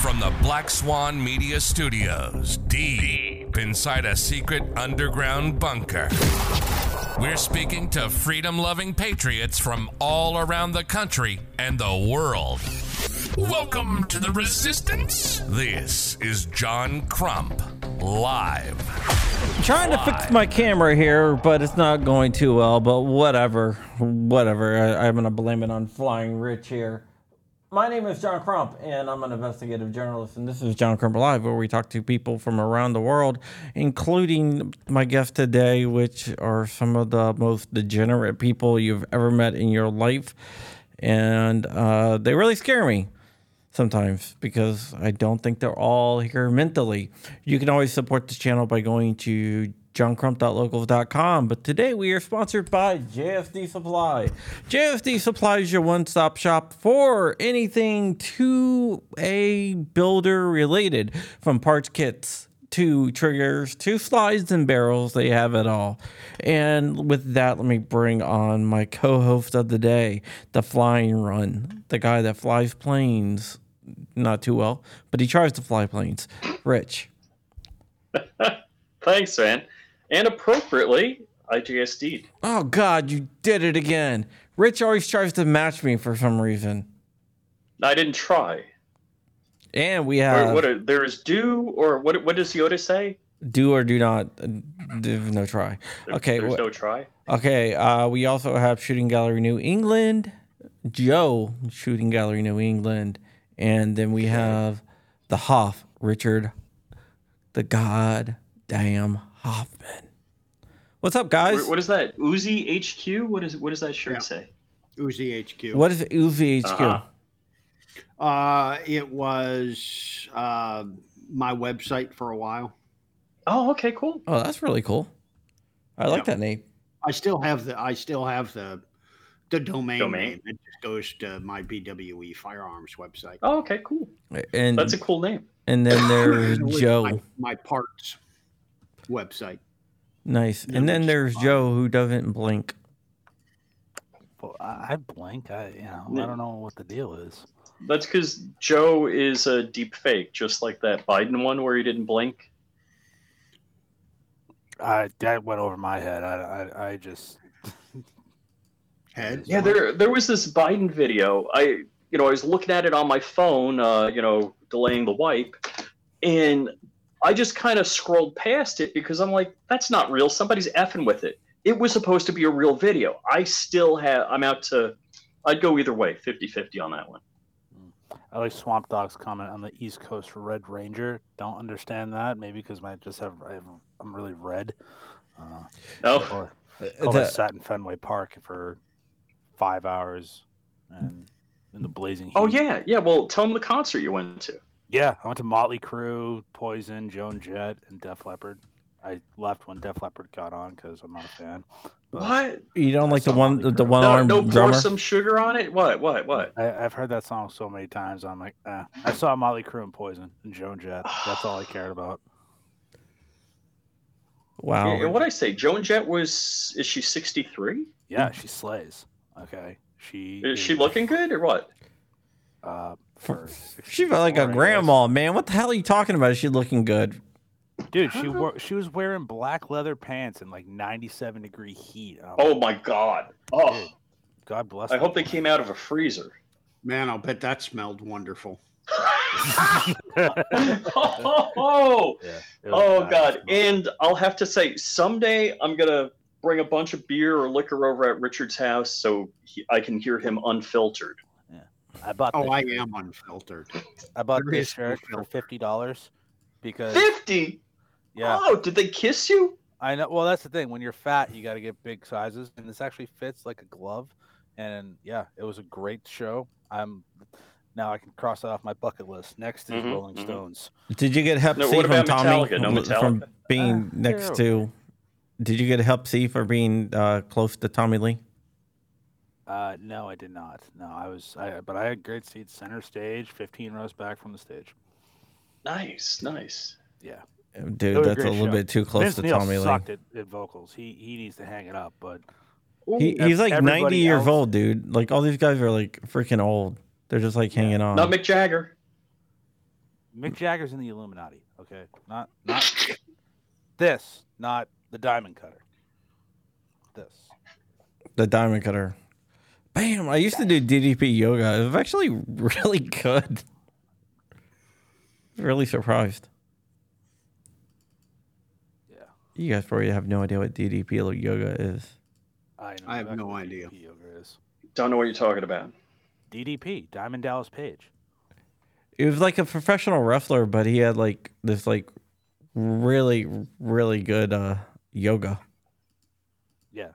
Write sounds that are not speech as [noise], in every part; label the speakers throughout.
Speaker 1: From the Black Swan Media Studios, deep inside a secret underground bunker, we're speaking to freedom loving patriots from all around the country and the world. Welcome to the resistance. This is John Crump, live.
Speaker 2: Trying to fix my camera here, but it's not going too well. But whatever, whatever. I, I'm gonna blame it on Flying Rich here. My name is John Crump, and I'm an investigative journalist, and this is John Crump Live, where we talk to people from around the world, including my guest today, which are some of the most degenerate people you've ever met in your life, and uh, they really scare me sometimes because I don't think they're all here mentally. You can always support this channel by going to johncrump.locals.com. But today we are sponsored by JFD Supply. JFD Supply is your one stop shop for anything 2A builder related, from parts kits to triggers to slides and barrels. They have it all. And with that, let me bring on my co host of the day, the flying run, the guy that flies planes not too well, but he tries to fly planes. Rich.
Speaker 3: Thanks, man. And appropriately, I GSD'd.
Speaker 2: Oh, God, you did it again. Rich always tries to match me for some reason.
Speaker 3: I didn't try.
Speaker 2: And we
Speaker 3: Or
Speaker 2: have
Speaker 3: what are, there is do, or what? What does Yoda say?
Speaker 2: do or do not, uh, do- no try. Okay,
Speaker 3: There's
Speaker 2: wh-
Speaker 3: no try.
Speaker 2: Okay, uh, we also have Shooting Gallery New England, Joe Shooting Gallery New England, and then we have the Hoff, Richard, the God damn Hoffman. What's up, guys?
Speaker 3: Wh- What is that? Uzi HQ? What is? What does that shirt
Speaker 4: Yeah.
Speaker 3: say?
Speaker 4: Uzi HQ.
Speaker 2: What is UVHQ?
Speaker 3: Uh-huh.
Speaker 4: Uh, it was uh, my website for a while.
Speaker 3: Oh, okay, cool.
Speaker 2: Oh, that's really cool. I like
Speaker 4: Yeah.
Speaker 2: that name.
Speaker 4: I still have the I still have the the domain,
Speaker 3: Domain.
Speaker 4: name. It just goes to my BWE firearms website.
Speaker 3: Oh, okay, cool.
Speaker 2: And
Speaker 3: That's a cool name.
Speaker 2: and
Speaker 3: [laughs]
Speaker 2: then there's
Speaker 4: It was
Speaker 2: Joe.
Speaker 4: my, my parts website.
Speaker 2: Nice.
Speaker 4: Yeah,
Speaker 2: And then
Speaker 4: which-
Speaker 2: there's Joe who doesn't blink.
Speaker 5: Well, I I blank. I you know
Speaker 3: Yeah.
Speaker 5: I don't know what the deal is.
Speaker 3: That's because Joe is a deep fake, just like that Biden one where he didn't blink.
Speaker 5: I that went over my head. I I, I just
Speaker 4: Head.
Speaker 3: Yeah, there there was this Biden video. I you know I was looking at it on my phone, uh, you know, delaying the wipe, and I just kind of scrolled past it because I'm like, that's not real. Somebody's effing with it. It was supposed to be a real video. I still have. I'm out to. I'd go either way, 50-50 on that one.
Speaker 5: I like Swamp Dog's comment on the East Coast Red Ranger. Don't understand that. Maybe because I just have I have, I'm really red. Uh,
Speaker 3: No,
Speaker 5: or,
Speaker 2: Uh,
Speaker 5: or I
Speaker 2: the-
Speaker 5: sat in Fenway Park for five hours and in the blazing. Heat.
Speaker 3: oh yeah, yeah. Well, tell them the concert you went to.
Speaker 5: yeah. I went to Motley Crue, Poison, Joan Jett, and Def Leppard. I left when Def Leppard got on because I'm not a fan. But
Speaker 3: What?
Speaker 2: you don't like the one the, the one
Speaker 3: No,
Speaker 2: armed
Speaker 3: no pour
Speaker 2: drummer?
Speaker 3: some sugar on it. What? What? What?
Speaker 5: I, I've heard that song so many times. I'm like, eh. I saw Motley Crue and Poison and Joan Jett. That's all I cared about.
Speaker 2: Wow.
Speaker 3: And what I say? Joan Jett was. Is she sixty three?
Speaker 2: [sighs]
Speaker 5: Yeah, she slays. Okay, she
Speaker 3: Is she looking good or what?
Speaker 2: [laughs]
Speaker 5: Uh,
Speaker 2: For-
Speaker 5: for
Speaker 2: She felt like a
Speaker 5: 64, I guess.
Speaker 2: grandma, man. What the hell are you talking about? Is she looking good?
Speaker 5: Dude, she wore, she was wearing black leather pants in like 97 degree heat. I'm
Speaker 3: Oh
Speaker 5: like,
Speaker 3: my god. Oh,
Speaker 5: dude, God bless.
Speaker 3: I
Speaker 5: her.
Speaker 3: hope they came out of a freezer.
Speaker 4: Man, I'll bet that smelled wonderful.
Speaker 3: oh, oh,
Speaker 5: Yeah, it was
Speaker 3: oh
Speaker 5: bad.
Speaker 3: god. And I'll have to say someday I'm going to bring a bunch of beer or liquor over at Richard's house so he, I can hear him unfiltered.
Speaker 5: I bought.
Speaker 4: Oh,
Speaker 5: Oh,
Speaker 4: I am unfiltered.
Speaker 5: I bought
Speaker 4: there
Speaker 5: this
Speaker 4: is no
Speaker 5: shirt for
Speaker 4: filter.
Speaker 5: fifty dollars because
Speaker 3: 50?
Speaker 5: yeah,
Speaker 3: Oh, did they kiss you?
Speaker 5: I know. Well, that's the thing. When you're fat, you got to get big sizes, and this actually fits like a glove. And yeah, it was a great show. I'm now I can cross that off my bucket list. Next is
Speaker 3: Mhm,
Speaker 5: Rolling
Speaker 3: mhm.
Speaker 5: Stones.
Speaker 2: Did you get help
Speaker 3: No,
Speaker 2: C
Speaker 3: what
Speaker 2: from
Speaker 3: about
Speaker 2: Tommy
Speaker 3: Metallica? No Metallica?
Speaker 2: from being
Speaker 5: Uh,
Speaker 2: next to? Did you get help C for being uh, close to Tommy Lee?
Speaker 5: Uh, no, I did not. No, I was. I but I had great seats, center stage, 15 rows back from the stage.
Speaker 3: Nice, nice.
Speaker 5: Yeah, It
Speaker 2: Dude,
Speaker 5: was a
Speaker 2: that's a
Speaker 5: Oh, great
Speaker 2: little
Speaker 5: show.
Speaker 2: bit too close
Speaker 5: Vince
Speaker 2: to
Speaker 5: Neil
Speaker 2: Tommy Lee.
Speaker 5: sucked at, at vocals. He he needs to hang it up. But
Speaker 2: He,
Speaker 5: Ooh,
Speaker 2: he's like ninety
Speaker 5: everybody
Speaker 2: years
Speaker 5: else-
Speaker 2: old, dude. Um, Like all these guys are like freaking old. They're just like hanging on.
Speaker 3: Not Mick Jagger.
Speaker 5: Mick Jagger's in the Illuminati. Okay, not not this, not the Diamond Cutter. This.
Speaker 2: The diamond cutter. Bam! I used to do DDP yoga. It was actually [laughs] really good. Really surprised.
Speaker 5: Yeah,
Speaker 2: You guys probably have no idea what DDP yoga is.
Speaker 5: I know.
Speaker 4: I have
Speaker 5: exactly
Speaker 4: no
Speaker 5: what
Speaker 4: idea.
Speaker 5: DDP yoga is.
Speaker 3: Don't know what you're talking about.
Speaker 5: DDP Diamond Dallas Page.
Speaker 2: He was like a professional wrestler, but he had like this like really really good uh yoga.
Speaker 5: Yeah,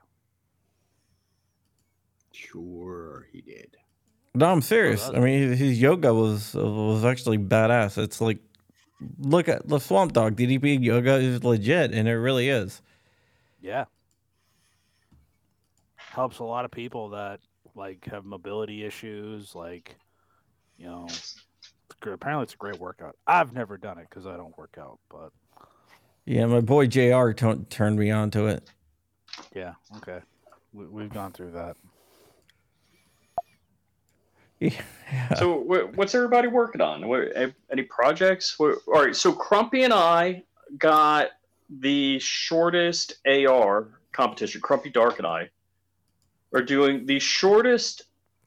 Speaker 4: Sure, he did.
Speaker 2: No, I'm serious.
Speaker 5: Oh,
Speaker 2: I mean, his- his yoga was was actually badass. It's like look at the Swamp Dog DDP yoga is legit, and it really is.
Speaker 5: yeah. Helps a lot of people that like have mobility issues. Like, you know, it's gr- apparently it's a great workout. I've never done it because I don't work out, but
Speaker 2: Yeah, my boy Jr. T- turned me on to it.
Speaker 5: yeah, okay. We, we've gone through that.
Speaker 3: [laughs] So wh- what's everybody working on? What, a- any projects? What, all right. So Crumpy and I got the shortest AR competition. Crumpy Dark and I are doing the shortest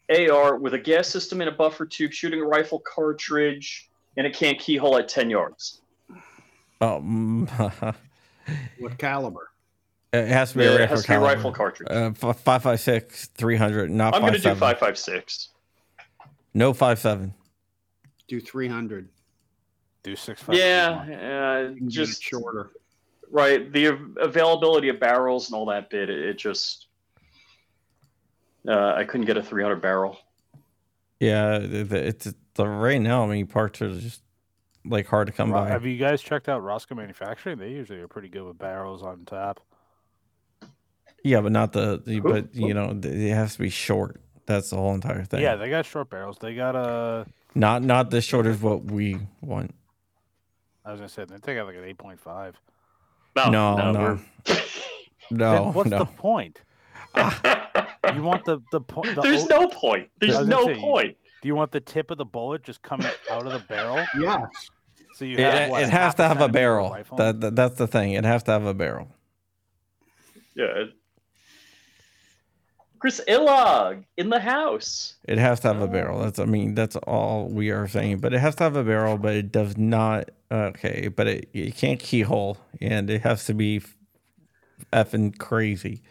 Speaker 3: AR with a gas system and a buffer tube, shooting a rifle cartridge, and a can keyhole at ten yards.
Speaker 2: Um,
Speaker 4: What caliber?
Speaker 2: [laughs] it has to be
Speaker 3: Yeah,
Speaker 2: a
Speaker 3: it
Speaker 2: rifle
Speaker 3: has to be a
Speaker 2: caliber.
Speaker 3: rifle cartridge.
Speaker 2: Uh, fi- five five six three hundred. Not five,
Speaker 3: I'm going to do
Speaker 2: seven.
Speaker 3: five five six.
Speaker 2: No five seven.
Speaker 4: Do 300.
Speaker 5: Do six. five,
Speaker 3: Yeah,
Speaker 5: three, one.
Speaker 3: uh,
Speaker 4: You can get it
Speaker 3: just
Speaker 4: shorter.
Speaker 3: right the av- availability of barrels and all that bit it, it just uh, i couldn't get a 300 barrel
Speaker 2: Yeah, the- the- it's the right now. I mean, parts are just like hard to come
Speaker 5: Ro-
Speaker 2: by.
Speaker 5: Have you guys checked out Roscoe Manufacturing? They usually are pretty good with barrels on tap.
Speaker 2: yeah, but not the. the-
Speaker 3: Cool,
Speaker 2: But you know, th- it has to be short. That's the whole entire thing.
Speaker 5: Yeah, they got short barrels. They got uh, a.
Speaker 2: Not not the short as what we want.
Speaker 5: I was gonna say they take out like an eight point five.
Speaker 2: No, no, no,
Speaker 3: Oh, we're-
Speaker 2: [laughs] Oh, no. Ah.
Speaker 5: what's the point? You want the the point? The
Speaker 3: there's
Speaker 5: o-
Speaker 3: no point
Speaker 5: I
Speaker 3: there's
Speaker 5: was
Speaker 3: no
Speaker 5: gonna say-
Speaker 3: point
Speaker 5: Do you want the tip of the bullet just coming out of the barrel?
Speaker 4: Yeah.
Speaker 5: So you
Speaker 2: It,
Speaker 5: have
Speaker 2: it-
Speaker 5: what,
Speaker 2: it
Speaker 5: half
Speaker 2: has to have a
Speaker 5: centimeter
Speaker 2: barrel.
Speaker 5: rifle?
Speaker 2: That, that that's the thing. It has to have a barrel.
Speaker 3: yeah it- chris illog in the house
Speaker 2: It has to have a barrel. That's I mean that's all we are saying. But it has to have a barrel, but it does not. Okay, but it you can't keyhole, and it has to be effing crazy.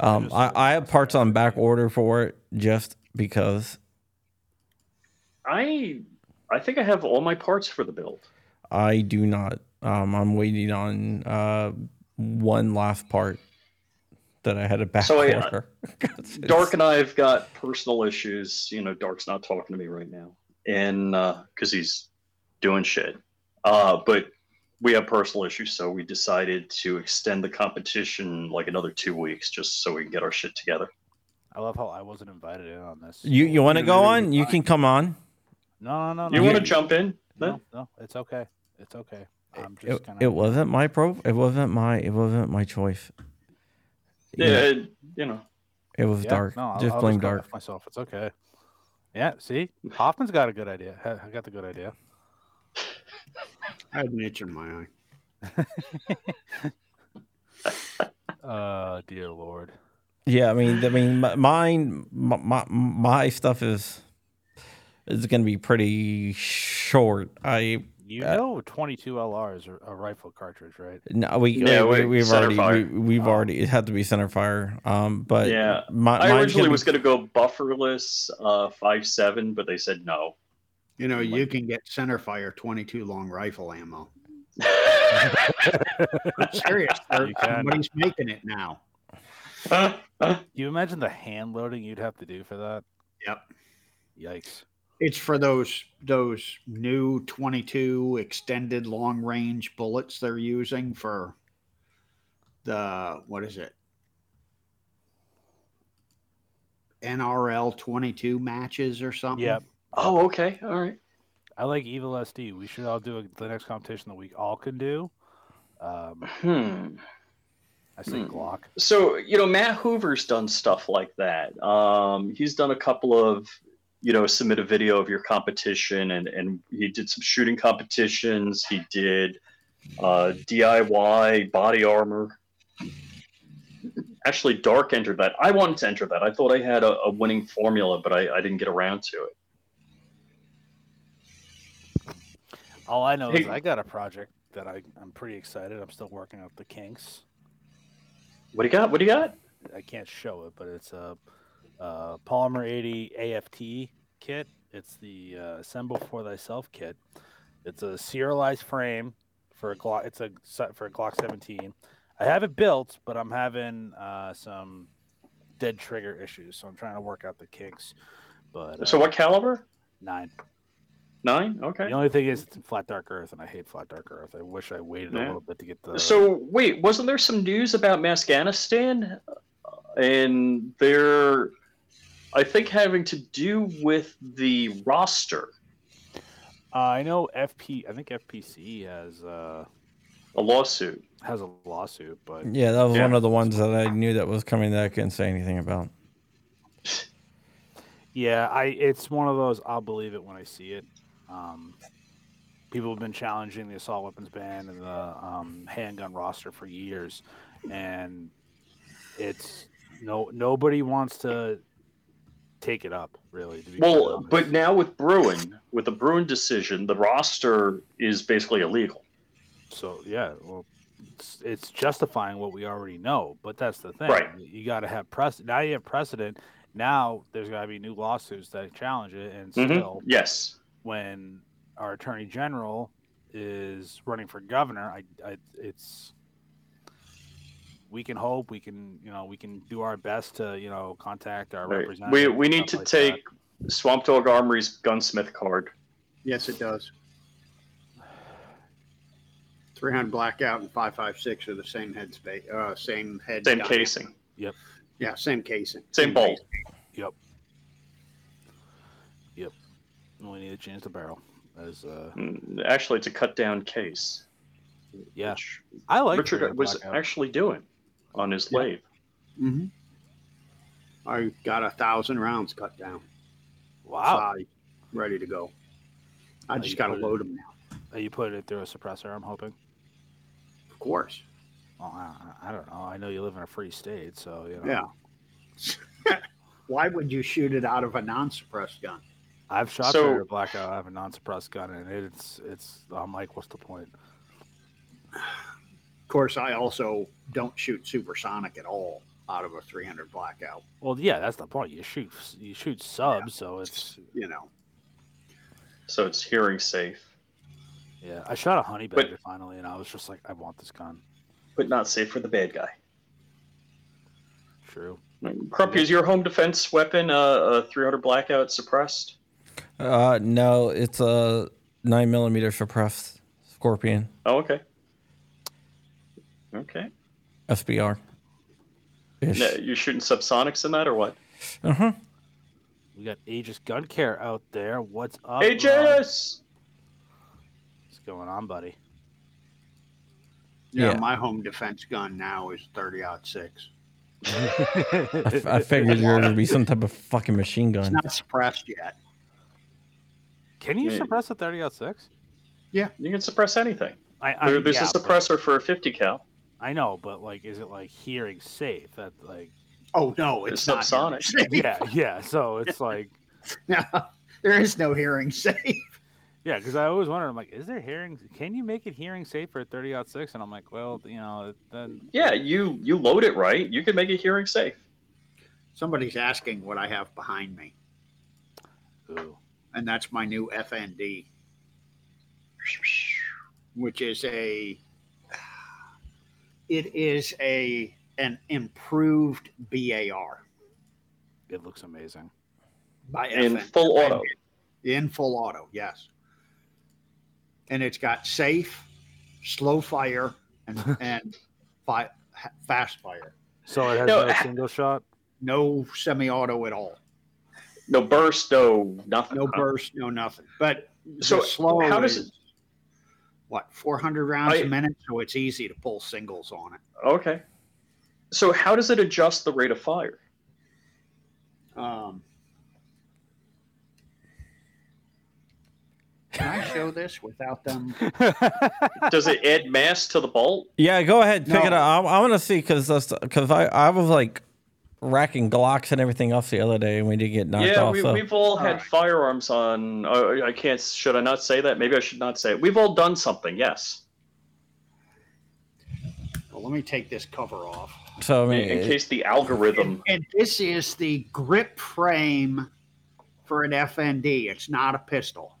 Speaker 2: Um, I, I have parts on back order for it just because
Speaker 3: i i think i have all my parts for the build
Speaker 2: I do not. Um, I'm waiting on uh one last part that I had a back
Speaker 3: So, yeah.
Speaker 2: order. [laughs] 'Cause it's-
Speaker 3: dark and i've got personal issues you know dark's not talking to me right now and because he's doing shit uh, but we have personal issues so we decided to extend the competition like another two weeks just so we can get our shit together
Speaker 5: I love how I wasn't invited in on this.
Speaker 2: You you want to
Speaker 4: You're
Speaker 2: go
Speaker 4: literally
Speaker 2: on? You
Speaker 4: fine.
Speaker 2: can come on.
Speaker 5: No, no, no.
Speaker 3: you
Speaker 5: no,
Speaker 3: want to jump in
Speaker 5: No, no, it's okay. It's okay. I'm just
Speaker 2: It,
Speaker 5: gonna.
Speaker 2: it wasn't my pro. It wasn't my. It wasn't my choice. You
Speaker 3: yeah,
Speaker 2: know,
Speaker 3: it- you know
Speaker 2: It was
Speaker 5: Yeah,
Speaker 2: dark.
Speaker 5: No, I'll,
Speaker 2: Just
Speaker 5: I'll
Speaker 2: blame
Speaker 5: go
Speaker 2: dark.
Speaker 5: F myself. It's okay. Yeah. See, Hoffman's got a good idea. Ha- I got the good idea.
Speaker 4: I had an itch in my eye.
Speaker 5: Uh, dear lord.
Speaker 2: Yeah, I mean, I mean, m- mine, my, my, my stuff is is gonna be pretty short. I
Speaker 5: You
Speaker 2: Uh,
Speaker 5: know, 22 LR is a, a rifle cartridge, right?
Speaker 2: no, we,
Speaker 3: Yeah,
Speaker 2: we,
Speaker 3: wait,
Speaker 2: we have
Speaker 3: center
Speaker 2: already
Speaker 3: fire.
Speaker 2: we, we've already it had to be center fire. Um, but
Speaker 3: Yeah,
Speaker 2: my,
Speaker 3: i
Speaker 2: mine's
Speaker 3: originally
Speaker 2: gonna be-
Speaker 3: was going to go bufferless uh, 5-7 but they
Speaker 2: [laughs]
Speaker 3: said no [laughs]
Speaker 4: You know, you can get center fire 22 long rifle ammo. I'm [laughs] serious.
Speaker 5: You can.
Speaker 4: Somebody's making it now.
Speaker 5: You imagine the hand loading you'd have to do for that?
Speaker 4: Yep.
Speaker 5: Yikes.
Speaker 4: It's for those those new 22 extended long range bullets they're using for the what is it? NRL 22 matches or something.
Speaker 5: Yep.
Speaker 3: oh okay all right
Speaker 5: I like Evil SD. We should all do a, the next competition that we all can do. Um,
Speaker 3: hmm
Speaker 5: I say
Speaker 3: Hmm.
Speaker 5: Glock.
Speaker 3: so you know matt hoover's done stuff like that um, he's done a couple of you know, submit a video of your competition, and and he did some shooting competitions. He did uh, DIY body armor. Actually, Dark entered that. I wanted to enter that. I thought I had a, a winning formula, but I, I didn't get around to it.
Speaker 5: All I know is
Speaker 3: Hey.
Speaker 5: I got a project that I, I'm pretty excited. I'm still working out the kinks.
Speaker 3: What do you got? What do you got?
Speaker 5: I can't show it, but it's a, uh Palmer 80 AFT kit. It's the uh, Assemble for Thyself kit. It's a serialized frame for a Glock. It's a se- for a Glock 17. I have it built, but I'm having uh, some dead trigger issues, so I'm trying to work out the kinks. But uh,
Speaker 3: So what caliber?
Speaker 5: nine.
Speaker 3: Nine. Okay.
Speaker 5: The only thing is, it's in flat dark earth, and I hate flat dark earth. I wish I waited a
Speaker 3: Yeah.
Speaker 5: little bit to get the.
Speaker 3: So wait, wasn't there some news about Afghanistan and they're, I think, having to do with the roster,
Speaker 5: Uh, I know FP. I think FPC has uh,
Speaker 3: a lawsuit.
Speaker 5: has a lawsuit, but
Speaker 2: Yeah, that was
Speaker 3: Yeah.
Speaker 2: one of the ones that I knew that was coming that I couldn't say anything about.
Speaker 5: yeah, I it's one of those I'll believe it when I see it. Um, people have been challenging the assault weapons ban and the um, handgun roster for years, and it's no nobody wants to take it up really. To be quite
Speaker 3: Well,
Speaker 5: honest.
Speaker 3: but now with Bruin, with the Bruin decision, the roster is basically illegal.
Speaker 5: So yeah, well, it's, it's justifying what we already know. But that's the thing.
Speaker 3: Right.
Speaker 5: You got to have precedent. Now you have precedent. Now there's got to be new lawsuits that challenge it. And
Speaker 3: Mhm.
Speaker 5: still,
Speaker 3: Yes.
Speaker 5: when our attorney general is running for governor, I, I it's we can hope we can you know we can do our best to you know contact our
Speaker 3: Right.
Speaker 5: representatives.
Speaker 3: We
Speaker 5: and
Speaker 3: we need
Speaker 5: stuff
Speaker 3: to
Speaker 5: like that.
Speaker 3: take Swamp Dog Armory's gunsmith card.
Speaker 4: Yes, it does. 300 blackout and 556 are the same head space, uh, same head.
Speaker 3: Same
Speaker 4: gun.
Speaker 3: casing.
Speaker 4: Yeah, same casing.
Speaker 3: Same bolt.
Speaker 5: we need to change the barrel. As uh,
Speaker 3: Mm, Actually, it's a cut down case.
Speaker 5: yeah,
Speaker 3: which
Speaker 5: I like
Speaker 3: Richard
Speaker 5: Freedom
Speaker 3: was
Speaker 5: Blackout.
Speaker 3: actually doing on his
Speaker 4: Yeah.
Speaker 3: lathe.
Speaker 4: Mm-hmm. I got a thousand rounds cut down.
Speaker 5: wow.
Speaker 4: Five, ready to go. I
Speaker 5: Oh,
Speaker 4: just
Speaker 5: you
Speaker 4: got to
Speaker 5: put it-
Speaker 4: load them now.
Speaker 5: Uh, You put it through a suppressor, I'm hoping.
Speaker 4: Of course.
Speaker 5: Well, I, I- I don't know. I know you live in a free state, so you know.
Speaker 4: Yeah. Why would you shoot it out of a non-suppressed gun?
Speaker 5: I've shot
Speaker 3: So-
Speaker 5: so, blackout. I have a non-suppressed gun, and it's it's. I'm like, what's the point?
Speaker 4: Of course, I also don't shoot supersonic at all out of a 300 blackout.
Speaker 5: Well, yeah, that's the point. You shoot you shoot subs, so it's
Speaker 4: You know,
Speaker 3: So it's hearing safe,
Speaker 5: yeah. I shot a honey
Speaker 3: But-
Speaker 5: badger finally, and I was just like, I want this gun.
Speaker 3: but not safe for the bad guy.
Speaker 5: True.
Speaker 3: Crumpy, is your home defense weapon uh, a 300 blackout suppressed?
Speaker 2: Uh, no, it's a nine millimeter suppressed Scorpion
Speaker 3: Oh, okay. Okay.
Speaker 2: SBR. Ish.
Speaker 3: No, you're shooting subsonics in that or what?
Speaker 2: Uh-huh.
Speaker 5: We got Aegis Gun Care out there. What's up?
Speaker 3: Hey,
Speaker 5: Ron?
Speaker 3: Janice!
Speaker 5: What's going on, buddy?
Speaker 4: yeah.
Speaker 2: Yeah.
Speaker 4: My home defense gun now is 30 out six.
Speaker 2: I, f- I figured yours would be some type of fucking machine
Speaker 4: It's
Speaker 2: gun.
Speaker 4: not suppressed yet.
Speaker 5: Can you
Speaker 3: Yeah.
Speaker 5: suppress a thirty out six?
Speaker 3: You can suppress anything.
Speaker 5: I, I
Speaker 3: There,
Speaker 5: mean,
Speaker 3: there's
Speaker 5: yeah,
Speaker 3: a
Speaker 5: but-
Speaker 3: suppressor for a 50 cal.
Speaker 5: I know, but like, is it like hearing safe? That
Speaker 3: [laughs]
Speaker 5: like,
Speaker 4: Oh no, it's,
Speaker 3: It's
Speaker 4: not
Speaker 3: subsonic.
Speaker 4: hearing
Speaker 5: yeah, yeah. So it's like.
Speaker 4: safe. [laughs] there is no hearing [laughs] safe.
Speaker 5: Yeah, because I always wondered. I'm like, is there hearing? Can you make it hearing safe for a 30 out six? And I'm like, well, you know, then
Speaker 3: Yeah, you, you load it right. You can make it hearing safe.
Speaker 4: Somebody's asking what I have behind me,
Speaker 5: Ooh.
Speaker 4: and that's my new FND, which is a it is a an improved BAR
Speaker 5: it looks amazing.
Speaker 4: by
Speaker 3: In
Speaker 4: FN.
Speaker 3: full auto.
Speaker 4: in full auto, yes. And it's got safe, slow fire, and and fi- ha- fast fire.
Speaker 5: So it has
Speaker 3: No, [laughs]
Speaker 5: no, single shot.
Speaker 4: No semi-auto at all.
Speaker 3: No burst, no nothing.
Speaker 4: No burst, no nothing. But the
Speaker 3: Uh-huh. So
Speaker 4: slow
Speaker 3: how does
Speaker 4: is,
Speaker 3: it?
Speaker 4: what 400 rounds
Speaker 3: I-
Speaker 4: a minute, so it's easy to pull singles on it.
Speaker 3: Okay. So how does it adjust the rate of fire?
Speaker 4: Um, show this without them?
Speaker 3: Does it add mass to the bolt?
Speaker 2: Yeah, go ahead, pick it
Speaker 4: No.
Speaker 2: up. I, I want to see because because I I was like racking Glocks and everything else the other day, and we did get knocked
Speaker 3: yeah,
Speaker 2: off.
Speaker 3: we,
Speaker 2: so.
Speaker 3: we've all had
Speaker 4: Alright.
Speaker 3: firearms on. Uh, I can't. Should I not say that? Maybe I should not say it. We've all done something. Yes.
Speaker 4: Well, let me take this cover off.
Speaker 2: so I
Speaker 3: In,
Speaker 2: mean,
Speaker 3: in case the algorithm.
Speaker 4: And this is the grip frame for an FND. It's not a pistol.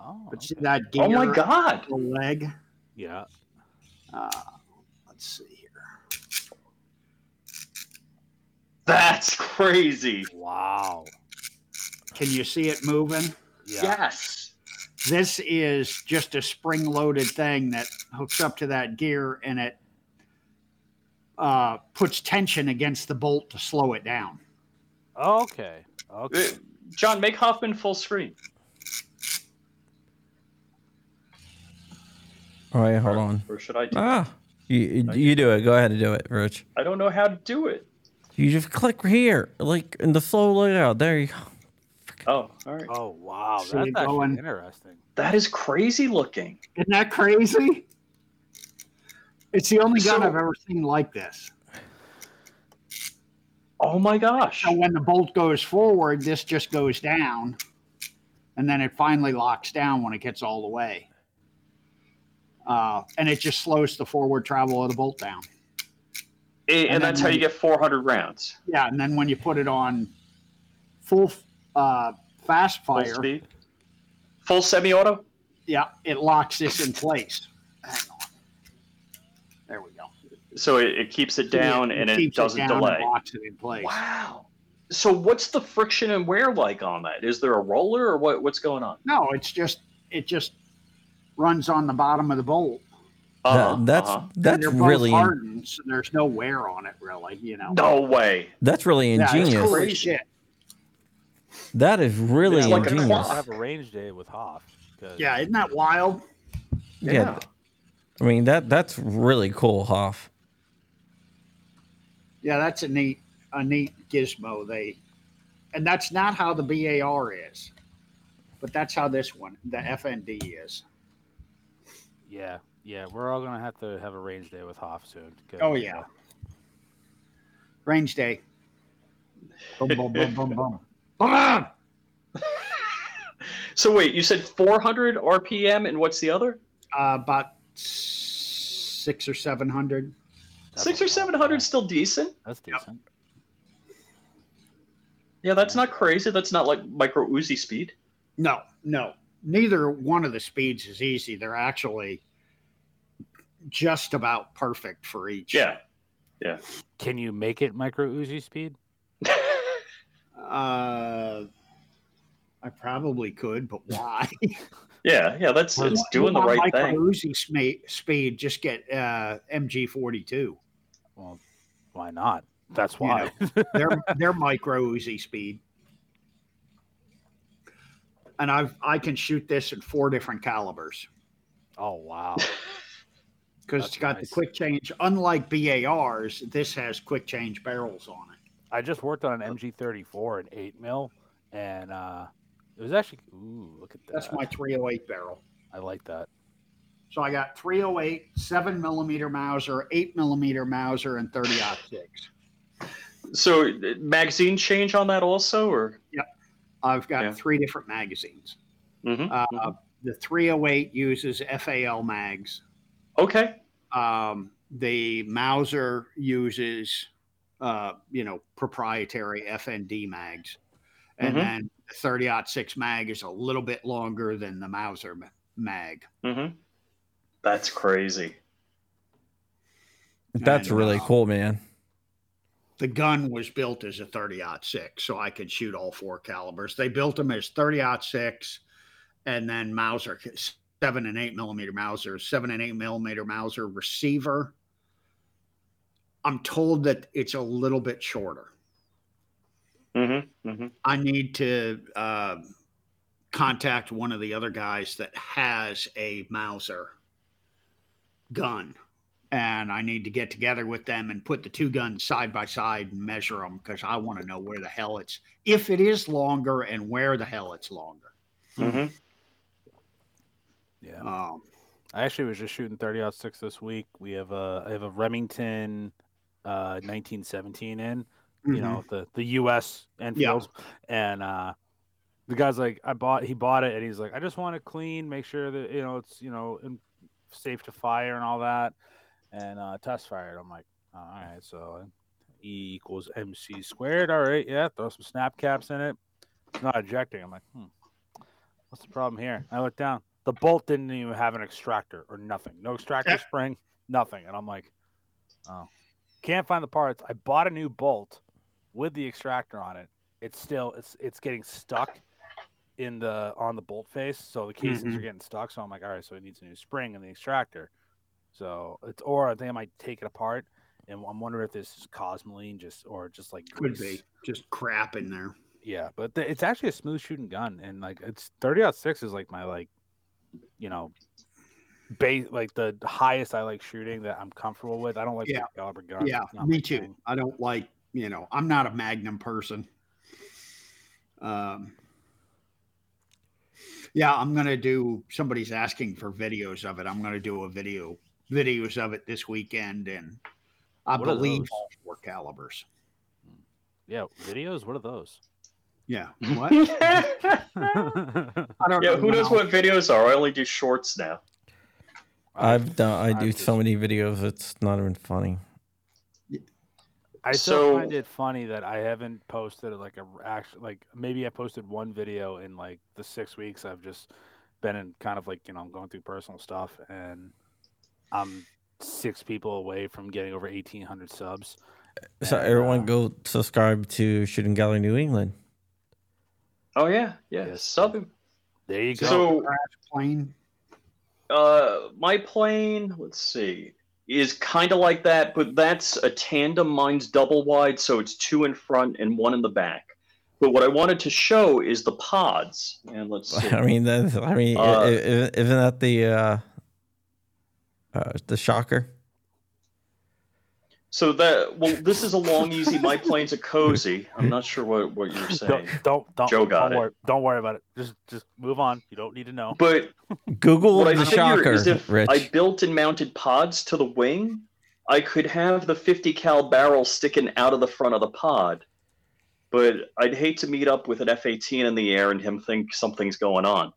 Speaker 5: oh,
Speaker 4: But see
Speaker 5: okay.
Speaker 4: that gear
Speaker 3: Oh my god!
Speaker 4: the leg.
Speaker 5: yeah.
Speaker 4: Uh, let's see here.
Speaker 3: That's crazy.
Speaker 5: Wow.
Speaker 4: Can you see it moving?
Speaker 5: Yeah.
Speaker 3: Yes.
Speaker 4: This is just a spring-loaded thing that hooks up to that gear, and it uh, puts tension against the bolt to slow it down.
Speaker 5: Okay.
Speaker 3: Uh,
Speaker 5: Okay.
Speaker 3: John, make Hoffman full screen.
Speaker 2: all right, hold on.
Speaker 3: Or should I? Do
Speaker 2: Ah, you you- you do it. Go ahead and do it, Rich.
Speaker 3: I don't know how to do it.
Speaker 2: You just click here, like in the slow layout. There you go.
Speaker 3: Oh, all right.
Speaker 4: Uh,
Speaker 5: Oh wow,
Speaker 4: So
Speaker 5: that's
Speaker 4: you're
Speaker 5: actually
Speaker 4: going-
Speaker 5: interesting.
Speaker 3: That is crazy looking.
Speaker 4: Isn't that crazy? It's the only gun
Speaker 3: So-
Speaker 4: I've ever seen like this.
Speaker 3: Oh my gosh.
Speaker 4: So when the bolt goes forward, this just goes down, and then it finally locks down when it gets all the way. Uh, and it just slows the forward travel of the bolt down.
Speaker 3: And,
Speaker 4: And
Speaker 3: and that's
Speaker 4: then-
Speaker 3: how you get 400 rounds.
Speaker 4: Yeah, and then when you put it on full uh, fast
Speaker 3: Full
Speaker 4: fire,
Speaker 3: speed. Full semi-auto.
Speaker 4: yeah, it locks this in place. Hang on. There we go.
Speaker 3: So it, it keeps it down and it
Speaker 4: keeps
Speaker 3: doesn't
Speaker 4: down and
Speaker 3: delay.
Speaker 4: locks it in place.
Speaker 3: Wow. So what's the friction and wear like on that? Is there a roller or what? What's going on?
Speaker 4: No, it's just it just runs on the bottom of the bolt.
Speaker 3: Uh-huh,
Speaker 2: That- that's
Speaker 3: uh-huh.
Speaker 2: that's
Speaker 4: And they're both
Speaker 2: really
Speaker 4: hardened, so there's no wear on it really. You know,
Speaker 3: no way.
Speaker 2: that's really
Speaker 4: Yeah, it's
Speaker 2: ingenious.
Speaker 4: cool as
Speaker 3: Crazy.
Speaker 4: shit.
Speaker 2: that is really
Speaker 3: It's like a
Speaker 5: we
Speaker 2: ingenious.
Speaker 5: should
Speaker 3: clock.
Speaker 5: have a range day with Hoff. 'cause-
Speaker 4: Yeah, isn't that wild?
Speaker 2: Yeah. I mean that that's really cool, Hoff.
Speaker 4: Yeah, that's a neat a neat gizmo. They and that's not how the BAR is, but that's how this one, the FND, is.
Speaker 5: Yeah. Yeah. We're all gonna have to have a range day with Hoff soon. 'cause,
Speaker 4: Oh yeah, range day. Boom, boom, boom, boom, boom. Boom!
Speaker 3: [laughs] So wait, you said 400 RPM and what's the other?
Speaker 4: Uh, about six or seven hundred.
Speaker 5: that's
Speaker 3: Six
Speaker 5: a
Speaker 3: or
Speaker 5: lot.
Speaker 3: 700 still decent.
Speaker 5: That's decent.
Speaker 3: Yeah, that's not crazy. That's not like micro Uzi speed.
Speaker 4: No, no. Neither one of the speeds is easy. They're actually just about perfect for each.
Speaker 3: Yeah. [laughs]
Speaker 5: Can you make it micro Uzi speed?
Speaker 4: Uh, I probably could, but
Speaker 3: [laughs]
Speaker 4: why?
Speaker 3: yeah, yeah, that's
Speaker 5: Well,
Speaker 3: it's doing the
Speaker 4: My
Speaker 3: right thing.
Speaker 4: Uzi sma- speed, just get uh, MG42.
Speaker 5: Well, why not? That's
Speaker 4: You
Speaker 5: why.
Speaker 4: [laughs] They're they're micro Uzi speed. And I've I can shoot this in four different calibers
Speaker 5: [laughs] oh wow.
Speaker 4: because
Speaker 5: That's
Speaker 4: it's got
Speaker 5: nice.
Speaker 4: the quick change. Unlike BARs, this has quick change barrels on it.
Speaker 5: I just worked on an MG34 and eight mil, and uh, it was actually ooh, look at that.
Speaker 4: That's my 308 barrel.
Speaker 5: I like that.
Speaker 4: So I got 308, 7 millimeter Mauser, 8 millimeter Mauser, and 30 six.
Speaker 3: So uh, magazine change on that also, or
Speaker 4: I've got
Speaker 3: Yeah.
Speaker 4: three different magazines.
Speaker 3: Mhm,
Speaker 4: Uh,
Speaker 3: mhm.
Speaker 4: The 308 uses FAL mags.
Speaker 3: okay,
Speaker 4: Um, the Mauser uses, uh, you know, proprietary FND mags. And
Speaker 3: Mhm.
Speaker 4: then the 30 six mag is a little bit longer than the Mauser ma- mag.
Speaker 3: hmm that's crazy.
Speaker 2: That's
Speaker 4: And,
Speaker 2: really
Speaker 4: uh,
Speaker 2: cool, man.
Speaker 4: the gun was built as a 30 six, so I could shoot all four calibers. They built them as 30 six, and then Mauser seven and eight millimeter Mauser, seven and eight millimeter Mauser receiver. I'm told that it's a little bit shorter.
Speaker 3: hmm hmm
Speaker 4: I need to uh, contact one of the other guys that has a Mauser gun and I need to get together with them and put the two guns side by side and measure them because I want to know where the hell it's if it is longer and where the hell it's longer.
Speaker 3: Mm-hmm.
Speaker 5: Yeah.
Speaker 4: Um,
Speaker 5: I actually was just shooting 30 out six this week. We have a I have a Remington uh 1917 in,
Speaker 4: Mm-hmm.
Speaker 5: you know, the the US Enfield and uh the guy's like I bought he bought it and he's like I just want it clean, make sure that you know it's, you know, in, safe to fire and all that and uh test fired. I'm like, "Oh, all right, so E equals MC squared. All right, yeah, throw some snap caps in it. It's not ejecting. I'm like, hmm, what's the problem here? I look down. The bolt didn't even have an extractor or nothing. No extractor
Speaker 4: Yeah.
Speaker 5: spring, nothing. And I'm like, oh, can't find the parts. I bought a new bolt with the extractor on it. It's still it's it's getting stuck in the on the bolt face, so the casings
Speaker 4: Mm-hmm.
Speaker 5: are getting stuck. So I'm like, all right, so it needs a new spring and the extractor. So it's or I think I might take it apart. And I'm wondering if this is cosmoline just or just like
Speaker 4: mm-hmm. could
Speaker 5: grease.
Speaker 4: be just crap in there.
Speaker 5: Yeah, but th- it's actually a smooth shooting gun, and like it's thirty out six is like my like, you know, base like the highest I like shooting that I'm comfortable with. I don't like
Speaker 4: Yeah.
Speaker 5: big caliber guns.
Speaker 4: yeah,
Speaker 5: It's not
Speaker 4: me
Speaker 5: my
Speaker 4: too.
Speaker 5: thing.
Speaker 4: I don't like you know I'm not a Magnum person. Um, yeah, I'm gonna do. Somebody's asking for videos of it. I'm gonna do a video videos of it this weekend, and I
Speaker 5: What are
Speaker 4: believe
Speaker 5: those?
Speaker 4: all four calibers.
Speaker 5: Yeah, videos. What are those? [laughs]
Speaker 4: Yeah, what? I don't
Speaker 3: yeah,
Speaker 4: know.
Speaker 3: who knows
Speaker 4: Well,
Speaker 3: what videos are? I only do shorts now.
Speaker 2: I've done. I do
Speaker 5: I've
Speaker 2: so many videos. It's not even funny.
Speaker 5: I still
Speaker 3: So-
Speaker 5: find it funny that I haven't posted like a actually like maybe I posted one video in like the six weeks I've just been in kind of like you know I'm going through personal stuff and I'm six people away from getting over 1800 subs.
Speaker 2: So
Speaker 5: And,
Speaker 2: everyone,
Speaker 5: uh,
Speaker 2: go subscribe to Shooting Gallery New England. [laughs]
Speaker 3: Oh yeah, yeah.
Speaker 5: Yes.
Speaker 3: Sub him.
Speaker 5: There you go.
Speaker 3: So
Speaker 4: plane.
Speaker 3: uh, my plane, let's see, is kind of like that, but that's a tandem. Mine's double wide, so it's two in front and one in the back. But what I wanted to show is the pods. And let's see.
Speaker 2: I mean, that's, I mean, i-
Speaker 3: Uh,
Speaker 2: i- i- isn't that the uh, uh, the shocker?
Speaker 3: So that well, this is a long easy. My plane's a cozy. I'm not sure what what
Speaker 5: [laughs]
Speaker 3: you're saying,
Speaker 5: don't don't don't,
Speaker 3: Joe got
Speaker 5: don't
Speaker 3: it.
Speaker 5: worry don't worry about it. Just just move on. You don't need to know.
Speaker 3: but
Speaker 2: Google
Speaker 3: what I
Speaker 2: the
Speaker 3: figure
Speaker 2: shocker,
Speaker 3: is if
Speaker 2: Rich.
Speaker 3: I built and mounted pods to the wing, I could have the 50 cal barrel sticking out of the front of the pod. But I'd hate to meet up with an F-18 in the air and him think something's going on.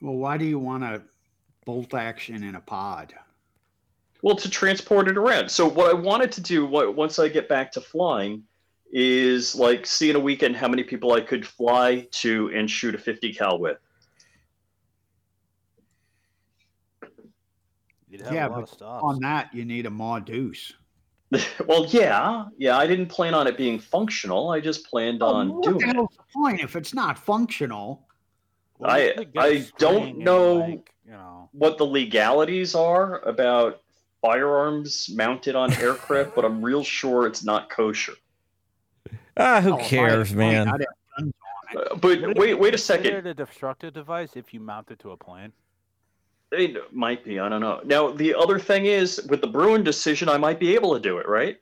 Speaker 4: Well, why do you want a bolt action in a pod?
Speaker 3: Well, to transport it around. So what I wanted to do what, once I get back to flying is like see in a weekend how many people I could fly to and shoot a 50 cal with.
Speaker 5: You'd have
Speaker 4: Yeah,
Speaker 5: a lot
Speaker 4: but
Speaker 5: of stuff.
Speaker 4: On that, you need a Maw Deuce.
Speaker 3: Well, yeah, yeah. I didn't plan on it being functional. I just planned on
Speaker 4: what
Speaker 3: doing
Speaker 4: the
Speaker 3: it.
Speaker 4: hell's the point if it's not functional?
Speaker 5: Well, you
Speaker 3: I-
Speaker 5: could get
Speaker 3: I
Speaker 5: a
Speaker 3: don't
Speaker 5: spring and,
Speaker 3: know-
Speaker 5: like, you know.
Speaker 3: What the legalities are about firearms mounted on aircraft, but I'm real sure it's not kosher.
Speaker 2: ah, who
Speaker 4: Oh, if I had
Speaker 2: cares,
Speaker 4: a plane,
Speaker 2: man?
Speaker 4: I'd have guns
Speaker 3: Uh, but wait, wait a second.
Speaker 5: Considered a destructive device if you mount it to a plane.
Speaker 3: It might be. I don't know. Now the other thing is with the Bruin decision, I might be able to do it, right?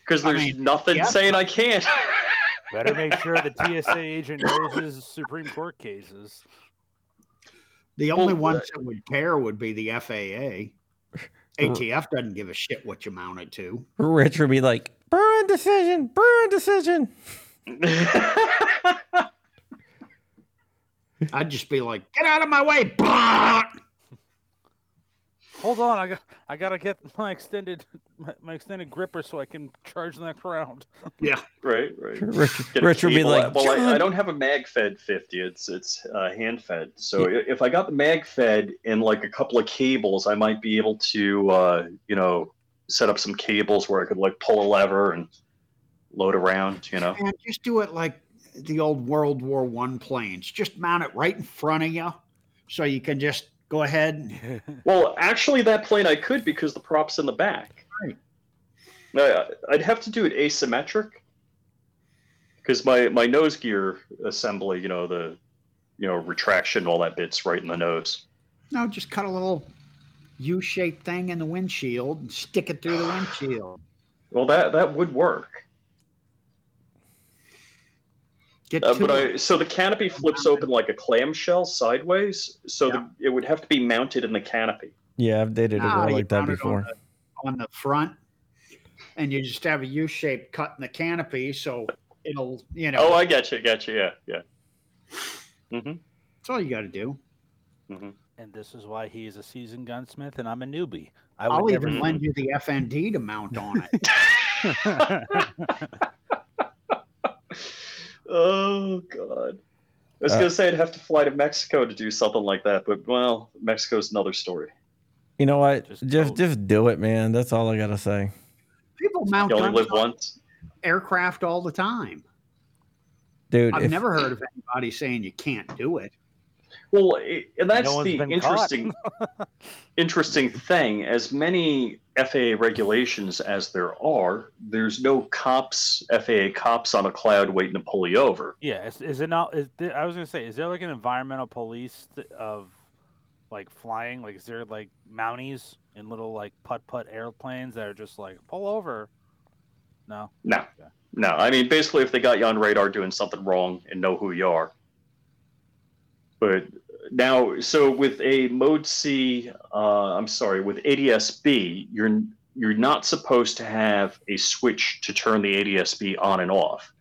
Speaker 3: Because
Speaker 4: I
Speaker 3: there's
Speaker 4: mean,
Speaker 3: nothing
Speaker 4: yeah.
Speaker 3: saying I can't. [laughs]
Speaker 5: Better make sure the TSA agent knows his Supreme Court cases.
Speaker 4: The only
Speaker 3: Well,
Speaker 4: ones that would care would be the FAA.
Speaker 3: Uh-huh.
Speaker 4: ATF doesn't give a shit what you mount it to.
Speaker 2: Rich would be like, Bruin decision, Bruin decision.
Speaker 4: I'd just be like, get out of my way. Bah!
Speaker 5: Hold on, I got I gotta get my extended my, my extended gripper so I can charge the next round.
Speaker 4: Yeah.
Speaker 3: right, right. [laughs]
Speaker 2: Rich,
Speaker 3: Get a
Speaker 2: Rich would be
Speaker 3: cable.
Speaker 2: like,
Speaker 3: well, I, I
Speaker 2: "John,
Speaker 3: don't have a mag fed 50. It's it's uh, hand fed. So i if I got the mag fed and like a couple of cables, I might be able to uh, you know set up some cables where I could like pull a lever and load around. You know,
Speaker 4: Man, just do it like the old World War One planes. Just mount it right in front of you so you can just go ahead. And,
Speaker 3: well, actually, that plane I could because the props in the back.
Speaker 4: Right.
Speaker 3: I, I'd have to do it asymmetric because my my nose gear assembly, you know the you know retraction, all that bits right in the nose.
Speaker 4: no, just cut a little U-shaped thing in the windshield and stick it through the windshield.
Speaker 3: Well, that that would work.
Speaker 4: Get
Speaker 3: Uh,
Speaker 4: two
Speaker 3: but I so the canopy flips open like a clamshell sideways, so the, it would have to be mounted in the canopy.
Speaker 2: Yeah, I've dated a
Speaker 4: Ah,
Speaker 2: girl
Speaker 4: you
Speaker 2: like that
Speaker 4: found it on
Speaker 2: before.
Speaker 4: on the front, and you just have a U-shaped cut in the canopy, so it'll you know.
Speaker 3: Oh, I got you, got you. Yeah, yeah. hmm
Speaker 4: that's all you got to do.
Speaker 5: And this is why he is a seasoned gunsmith and I'm a newbie. I
Speaker 4: I'll
Speaker 5: would never
Speaker 4: even lend you the FND to mount on
Speaker 5: [laughs]
Speaker 4: it.
Speaker 3: [laughs] Oh God. I was
Speaker 2: Uh,
Speaker 3: gonna say I'd have to fly to Mexico to do something like that, but well, Mexico's another story.
Speaker 2: You know what?
Speaker 5: Just
Speaker 2: Just just,
Speaker 5: go.
Speaker 2: do it, man. That's all I gotta say.
Speaker 4: People mount
Speaker 3: You only
Speaker 4: guns
Speaker 3: live
Speaker 4: on
Speaker 3: once.
Speaker 4: aircraft all the time.
Speaker 2: Dude,
Speaker 4: I've
Speaker 2: if-
Speaker 4: never heard of anybody saying you can't do it.
Speaker 3: Well, i- and that's
Speaker 5: one's
Speaker 3: the
Speaker 5: been caught. [laughs]
Speaker 3: interesting, interesting thing. As many FAA regulations as there are, there's no cops, FAA cops on a cloud waiting to pull you over.
Speaker 5: Yeah, is, is it not? Is there, I was gonna say, is there like an environmental police th- of like flying? Like, is there like mounties in little like putt putt airplanes that are just like pull over? No,
Speaker 3: No,
Speaker 5: Yeah.
Speaker 3: no. I mean, basically, if they got you on radar doing something wrong and know who you are. But now, so with a mode C, uh, I'm sorry, with ADSB, you're you're not supposed to have a switch to turn the ADSB on and off.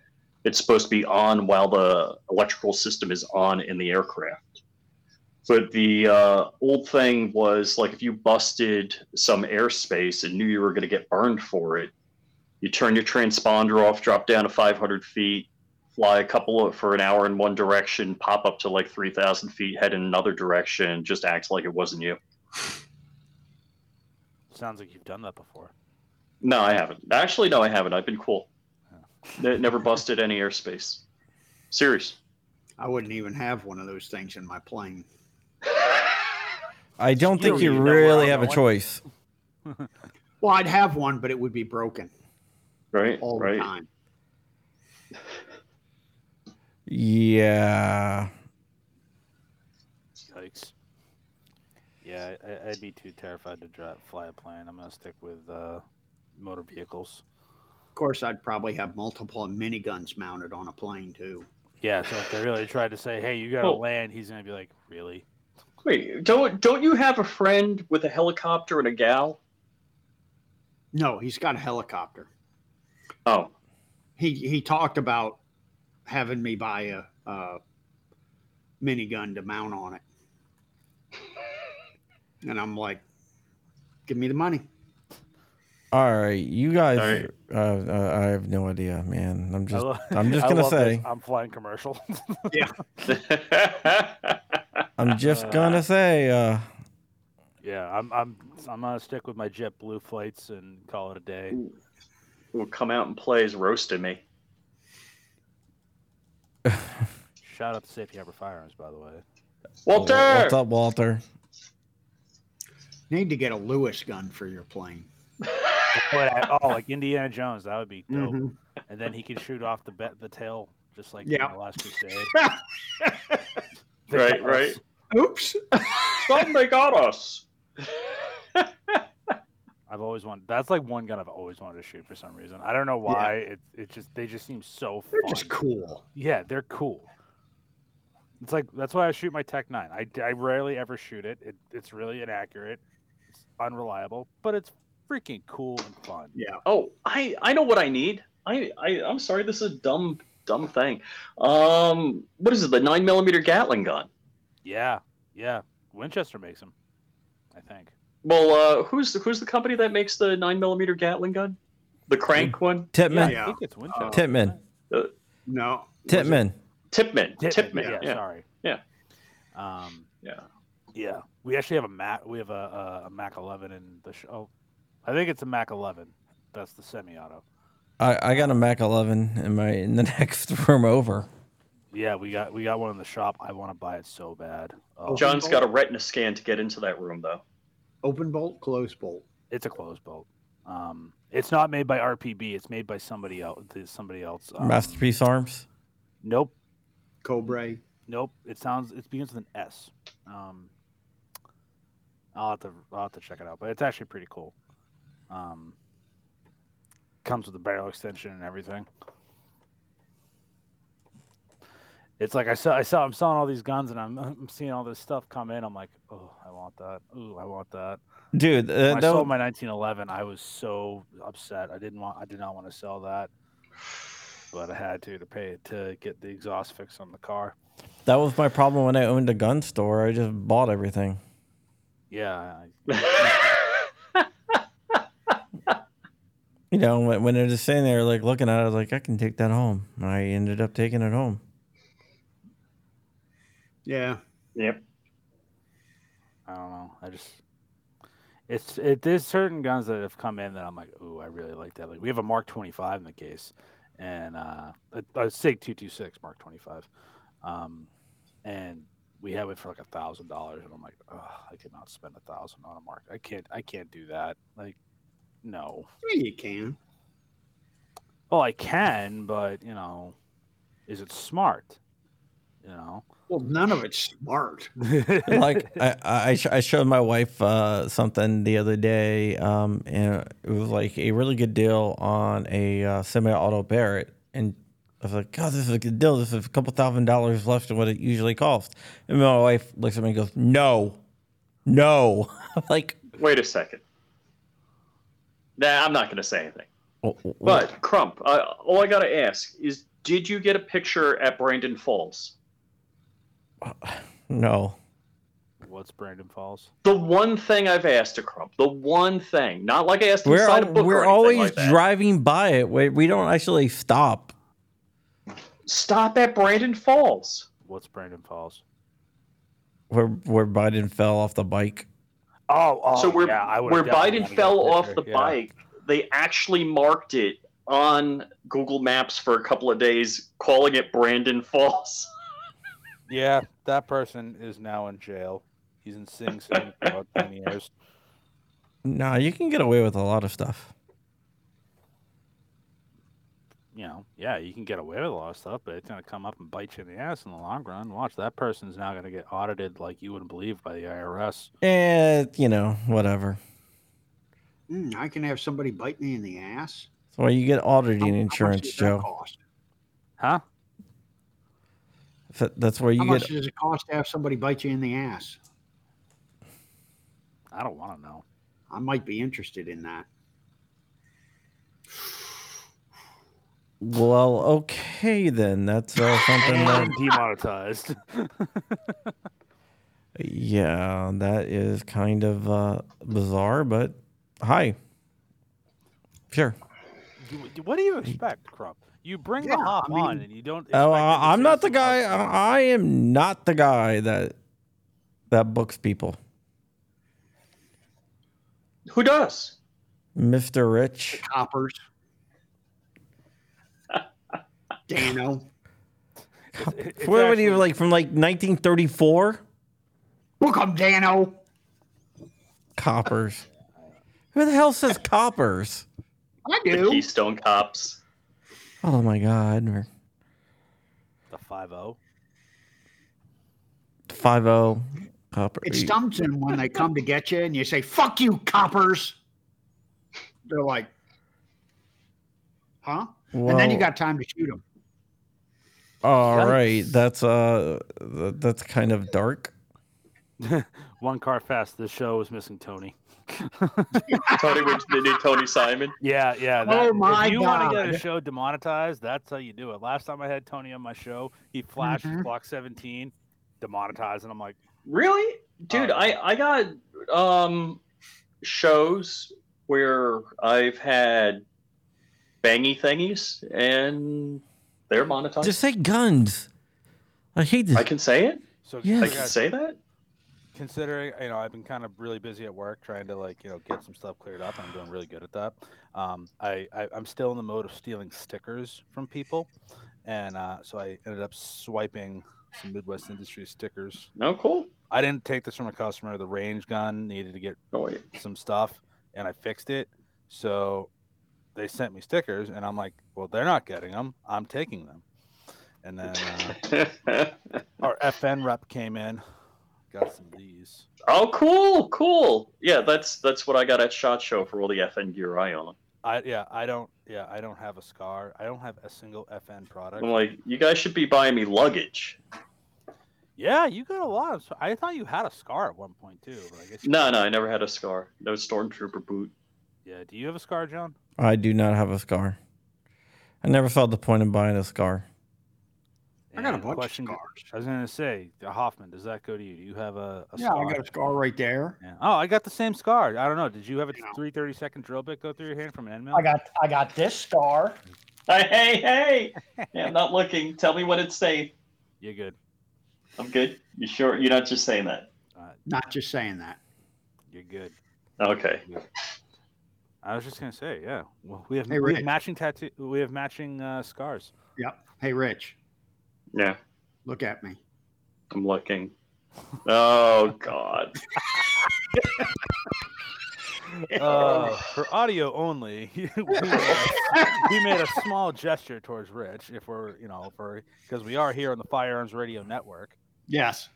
Speaker 3: It's supposed to be on while the electrical system is on in the aircraft. But the uh, old thing was like if you busted some airspace and knew you were going to get burned for it, you turn your transponder off, drop down to 500 feet, fly a couple of, for an hour in one direction, pop up to like 3,000 feet, head in another direction, just act like it wasn't you.
Speaker 5: sounds like you've done that before.
Speaker 3: No, I haven't. Actually, no, I haven't. I've been cool. Ne- Never busted any airspace. Serious.
Speaker 4: I wouldn't even have one of those things in my plane.
Speaker 2: I don't
Speaker 5: You
Speaker 2: think
Speaker 5: don't
Speaker 2: you
Speaker 5: even know where
Speaker 2: really
Speaker 5: I'm
Speaker 2: have a
Speaker 5: going.
Speaker 2: choice.
Speaker 4: Well, I'd have one, but it would be broken
Speaker 3: Right?
Speaker 4: all the
Speaker 3: right.
Speaker 4: time.
Speaker 2: Yeah.
Speaker 5: Yikes! Yeah, I- I, I'd be too terrified to drive, fly a plane. I'm gonna stick with uh, motor vehicles.
Speaker 4: Of course, I'd probably have multiple miniguns mounted on a plane too.
Speaker 5: Yeah, so if they really tried to say, "Hey, you gotta
Speaker 3: Well-
Speaker 5: land," he's gonna be like, "Really?"
Speaker 3: Wait, don't don't you have a friend with a helicopter and a gal?
Speaker 4: No, he's got a helicopter.
Speaker 3: Oh, [laughs]
Speaker 4: He he talked about having me buy a, a minigun to mount on it, and I'm like, give me the money.
Speaker 2: All right, you guys.
Speaker 3: All right.
Speaker 2: Uh, uh, I have no idea, man. I'm
Speaker 5: I
Speaker 2: just.
Speaker 5: lo- [laughs]
Speaker 2: I'm just
Speaker 5: I
Speaker 2: gonna
Speaker 5: love this.
Speaker 2: say.
Speaker 5: I'm flying commercial.
Speaker 2: I'm just gonna say. Uh,
Speaker 5: Yeah, I'm I'm I'm gonna stick with my JetBlue flights and call it a day.
Speaker 4: Mm.
Speaker 3: will come out and play is roasting me.
Speaker 5: Shout out to Safe Harbor Firearms, by the way.
Speaker 3: Walter!
Speaker 2: What's up, Walter?
Speaker 4: Need to get a Lewis gun for your plane.
Speaker 5: But I- oh, like Indiana Jones, that would be dope.
Speaker 4: Mhm.
Speaker 5: And then he could shoot off the bet the tail, just like
Speaker 4: Yeah.
Speaker 5: in the Last Crusade.
Speaker 4: [laughs]
Speaker 5: [laughs] They
Speaker 3: Right,
Speaker 5: got
Speaker 3: right.
Speaker 5: us.
Speaker 4: Oops.
Speaker 3: Somebody got us.
Speaker 5: I've always wanted. That's like one gun I've always wanted to shoot for some reason. I don't know why. It it just they just seem so fun.
Speaker 4: They're just cool.
Speaker 5: Oh, Yeah, they're cool. It's like that's why I shoot my Tech Nine. I, I rarely ever shoot it. it. It's really inaccurate, it's unreliable, but it's freaking cool and fun.
Speaker 4: Yeah.
Speaker 3: Oh, I I know what I need. I, I I'm sorry, this is a dumb dumb thing. Um, what is it? The nine millimeter Gatling gun.
Speaker 5: Yeah, yeah. Winchester makes them, I think.
Speaker 3: Well, uh, who's the, who's the company that makes the nine millimeter Gatling gun? The crank
Speaker 5: Mm.
Speaker 3: one.
Speaker 5: Yeah,
Speaker 2: Titman.
Speaker 5: I think it's Winchester.
Speaker 2: Titman.
Speaker 4: No. was it-
Speaker 2: Titman.
Speaker 3: Tipman.
Speaker 5: Titman,
Speaker 3: Tipman.
Speaker 5: Yeah,
Speaker 3: Yeah.
Speaker 5: sorry.
Speaker 3: Yeah.
Speaker 5: Um.
Speaker 3: Yeah.
Speaker 5: Yeah. We actually have a Mac. We have a, a, a Mac 11 in the show. I think it's a Mac 11. That's the semi-auto.
Speaker 2: I, I got a Mac 11 in my in the [laughs] next room over.
Speaker 5: Yeah, we got we got one in the shop. I want to buy it so bad. Oh,
Speaker 3: John's got a retina scan to get into that room, though.
Speaker 4: Open bolt, close bolt.
Speaker 5: It's a closed bolt. Um, it's not made by RPB. It's made by somebody else. Somebody else. Um,
Speaker 2: Masterpiece Arms.
Speaker 5: Nope.
Speaker 4: Cobra.
Speaker 5: Nope. It sounds. It begins with an S. Um, I'll have to I'll have to check it out, but it's actually pretty cool. Um, comes with a barrel extension and everything. It's like I saw I saw I'm selling all these guns and I'm, I'm seeing all this stuff come in. I'm like, oh, I want that. Ooh, I want that.
Speaker 2: Dude, uh,
Speaker 5: When I
Speaker 2: that was-
Speaker 5: sold my 1911. I was so upset. I didn't want. I did not want to sell that, but I had to to pay to get the exhaust fix on the car.
Speaker 2: that was my problem when I owned a gun store. I just bought everything.
Speaker 5: Yeah, I,
Speaker 2: You know, when, when it was sitting there, like looking at it, I was like, I can take that home. And I ended up taking it home.
Speaker 4: Yeah.
Speaker 3: yep.
Speaker 5: I don't know. I just it's it there's certain guns that have come in that I'm like, ooh, I really like that. Like we have a Mark 25 in the case, and uh, a, a Sig 226 Mark 25, um, and we have it for like a thousand dollars, and I'm like, oh, I cannot spend a thousand on a Mark. I can't. I can't do that. Like, no.
Speaker 4: Yeah, you can.
Speaker 5: Well, I can, but you know, is it smart? You know,
Speaker 4: Well, none of it's smart.
Speaker 2: [laughs] like I, I, sh- I showed my wife uh, something the other day, um, and it was like a really good deal on a uh, semi-auto Barrett, and I was like, "God, this is a good deal. This is a couple thousand dollars less than what it usually costs." And my wife looks at me and goes, "No, no." [laughs] I'm like,
Speaker 3: Wait a second. Nah, I'm not going to say anything.
Speaker 2: "Wh- wh-
Speaker 3: But Crump, I, all I got to ask is, did you get a picture at Brandon Falls?
Speaker 2: no,
Speaker 5: what's Brandon Falls?
Speaker 3: The one thing I've asked to Crump, the one thing, not like I asked him to
Speaker 2: we're
Speaker 3: sign
Speaker 2: al-
Speaker 3: a book or
Speaker 2: we're
Speaker 3: anything
Speaker 2: always
Speaker 3: like that.
Speaker 2: driving by it. We, we don't actually stop."
Speaker 3: Stop at Brandon Falls.
Speaker 5: What's Brandon Falls?
Speaker 2: Where where Biden fell off the bike.
Speaker 5: Oh, oh
Speaker 3: so where
Speaker 5: yeah, I would've
Speaker 3: where
Speaker 5: definitely
Speaker 3: Biden
Speaker 5: wanted
Speaker 3: fell
Speaker 5: that
Speaker 3: off
Speaker 5: picture,
Speaker 3: the
Speaker 5: yeah.
Speaker 3: bike, they actually marked it on Google Maps for a couple of days, calling it Brandon Falls. [laughs]
Speaker 5: Yeah, that person is now in jail. He's in
Speaker 3: [laughs]
Speaker 5: Sing Sing for about ten years.
Speaker 2: Nah, you can get away with a lot of stuff.
Speaker 5: You know, yeah, you can get away with a lot of stuff, but it's gonna come up and bite you in the ass in the long run. Watch, that person's now gonna get audited like you wouldn't believe by the IRS.
Speaker 2: Eh, you know, whatever.
Speaker 4: Hmm, I can have somebody bite me in the ass.
Speaker 2: That's why you get auditing
Speaker 4: How- how much
Speaker 2: insurance,
Speaker 4: does that
Speaker 2: Joe.
Speaker 4: cost?
Speaker 5: Huh?
Speaker 2: Th- That's where
Speaker 4: How
Speaker 2: you
Speaker 4: much
Speaker 2: get.
Speaker 4: does it cost to have somebody bite you in the ass?
Speaker 5: I don't wanna know.
Speaker 4: I might be interested in that.
Speaker 2: Well, okay then. That's
Speaker 4: [laughs]
Speaker 2: uh,
Speaker 5: [laughs]
Speaker 2: something that.
Speaker 5: And demonetized.
Speaker 2: Yeah, that is kind of uh, bizarre, but hi. Sure.
Speaker 5: You- what do you expect, Crump? You bring
Speaker 4: Yeah,
Speaker 5: the hop
Speaker 4: I mean-
Speaker 5: on and you don't
Speaker 2: Oh,
Speaker 5: expect him
Speaker 2: uh,
Speaker 5: to
Speaker 2: I'm
Speaker 5: say
Speaker 2: not the
Speaker 5: some
Speaker 2: guy. uh,
Speaker 5: upfront.
Speaker 2: I I am not the guy that that books people.
Speaker 3: Who does?
Speaker 2: Mister Rich.
Speaker 4: Coppers. Dano.
Speaker 5: It's- it's
Speaker 2: Where would you
Speaker 5: actually-
Speaker 2: like from like 1934?
Speaker 4: Look, I'm Dano. [laughs]
Speaker 2: Coppers. Who the hell says coppers?
Speaker 4: I
Speaker 3: The
Speaker 4: do.
Speaker 3: Keystone Cops.
Speaker 2: Oh my god.
Speaker 5: the five oh. zero?
Speaker 2: Five zero. Copper.
Speaker 4: It stumps them when they come to get you and you say, fuck you, coppers. They're like, huh? And then you
Speaker 2: Well-
Speaker 4: got time to shoot them.
Speaker 2: All
Speaker 5: Yikes.
Speaker 2: right, that's uh, th- that's kind of dark.
Speaker 5: One car fast. The show is missing Tony.
Speaker 3: Tony, Rich- the new Tony Simon.
Speaker 5: Yeah, yeah.
Speaker 4: Oh
Speaker 5: That,
Speaker 4: my
Speaker 5: if you want to get a
Speaker 4: God.
Speaker 5: show demonetized, that's how you do it. Last time I had Tony on my show, he flashed
Speaker 2: Mm-hmm.
Speaker 4: Mhm.
Speaker 5: clock 17, demonetized, and I'm like,
Speaker 3: Really, dude?
Speaker 5: Oh, yeah.
Speaker 3: I I got um shows where I've had bangy thingies, and they're monetized.
Speaker 2: Just say guns. I hate this.
Speaker 3: I can say it.
Speaker 5: so
Speaker 2: Yes.
Speaker 3: I
Speaker 5: so
Speaker 3: can
Speaker 5: guys,
Speaker 3: say that.
Speaker 5: considering you know I've been kind of really busy at work trying to like you know get some stuff cleared up. and I'm doing really good at that. Um, I, I I'm still in the mode of stealing stickers from people, and uh, so I ended up swiping some Midwest Industries stickers.
Speaker 3: No, cool.
Speaker 5: I didn't take this from a customer. The range gun needed to get
Speaker 3: No, wait.
Speaker 5: some stuff and I fixed it. So they sent me stickers, and I'm like, well, they're not getting them.
Speaker 3: [laughs]
Speaker 5: I'm taking them. And then uh, our FN rep came in Got some of these.
Speaker 3: Oh, cool, cool. Yeah, that's that's what I got at Shot Show for all the FN gear I own.
Speaker 5: I yeah, I don't yeah, I don't have a scar. I don't have a single FN product.
Speaker 3: I'm like, you guys should be buying me luggage.
Speaker 5: yeah, you got a lot of. I thought you had a scar at one point too. But I guess you-
Speaker 3: No, no, I never had a scar. No stormtrooper boot.
Speaker 5: Yeah. Do you have a scar, John?
Speaker 2: I do not have a scar. I never saw the point in buying a scar.
Speaker 4: I got a
Speaker 5: And
Speaker 4: bunch
Speaker 5: question-
Speaker 4: of scars.
Speaker 5: I was gonna say, Hoffman, does that go to you? Do you have a, a
Speaker 4: Yeah,
Speaker 5: scar?
Speaker 4: I got a scar right there.
Speaker 5: Yeah. Oh, I got the same scar. I don't know. Did you have a
Speaker 4: Yeah.
Speaker 5: three thirty second drill bit go through your hand from an end mill?
Speaker 4: I got I got this scar.
Speaker 3: Hey, hey, hey! Yeah, I'm not looking. Tell me what it's saying.
Speaker 5: You're good.
Speaker 3: I'm good. You sure? You're not just saying that.
Speaker 4: Not just saying that.
Speaker 5: You're good.
Speaker 3: Okay.
Speaker 5: I was just gonna say, yeah. Well, we have,
Speaker 4: Hey,
Speaker 5: we have
Speaker 4: Rick.
Speaker 5: matching tattoo. We have matching uh, scars.
Speaker 4: Yep. Hey, Rich,
Speaker 3: Yeah,
Speaker 4: look at me.
Speaker 3: I'm looking. Oh God.
Speaker 5: Uh, for audio only, [laughs] we, made a, we made a small gesture towards Rich, if we're you know for because we are here on the Firearms Radio Network.
Speaker 4: Yes.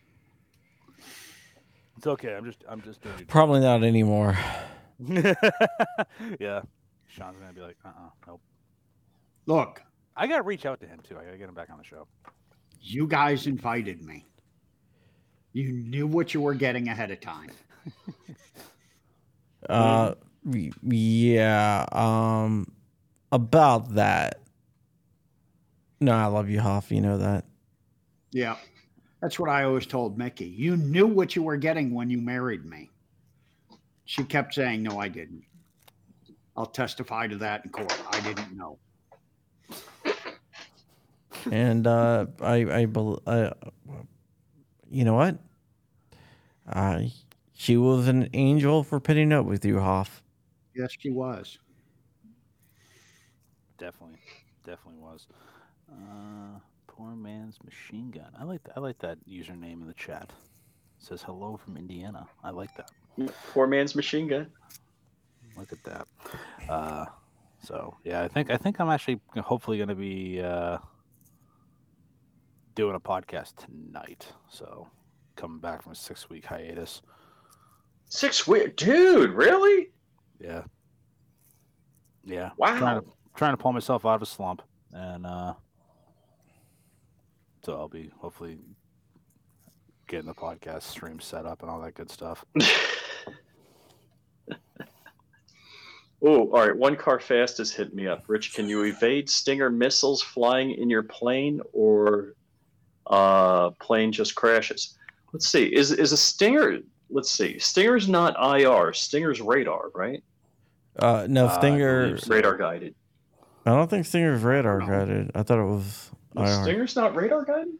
Speaker 5: It's okay. I'm just I'm just doing.
Speaker 2: Probably not anymore.
Speaker 5: [laughs] yeah, Sean's gonna be like, uh, uh nope.
Speaker 4: Look,
Speaker 5: I gotta reach out to him too. I gotta get him back on the show.
Speaker 4: you guys invited me. You knew what you were getting ahead of time.
Speaker 2: Uh, y- yeah. Um, about that. No, I love you, Hoff. You know that.
Speaker 4: Yeah. That's what I always told Mickey. You knew what you were getting when you married me. She kept saying, No, I didn't. I'll testify to that in court. I didn't know.
Speaker 2: and uh, I, I, bel- I, you know what? I, she was an angel for putting up with you, Hoff.
Speaker 4: Yes, she was.
Speaker 5: Definitely, definitely was. Uh, poor man's machine gun. I like I like that username in the chat. It says hello from Indiana. I like that.
Speaker 3: Poor man's machine gun.
Speaker 5: Look at that. Uh, so yeah, I think I think I'm actually g- hopefully going to be uh, doing a podcast tonight. So coming back from a six week hiatus.
Speaker 3: Six weird, dude. Really?
Speaker 5: Yeah. Yeah. Trying
Speaker 3: Wow.
Speaker 5: to, trying to pull myself out of a slump, and uh, so I'll be hopefully getting the podcast stream set up and all that good stuff.
Speaker 3: Oh, all right. One car fast has hit me up. Rich, can you evade Stinger missiles flying in your plane, or uh, plane just crashes? Let's see. Is is a Stinger? Let's see. Stinger's not IR. Stinger's radar, right?
Speaker 2: Uh, no,
Speaker 5: Uh, I
Speaker 2: Stinger.
Speaker 5: believe so.
Speaker 3: Radar guided.
Speaker 2: I don't think Stinger's radar guided. I thought it was
Speaker 3: No,
Speaker 2: IR.
Speaker 3: Stinger's not radar guided.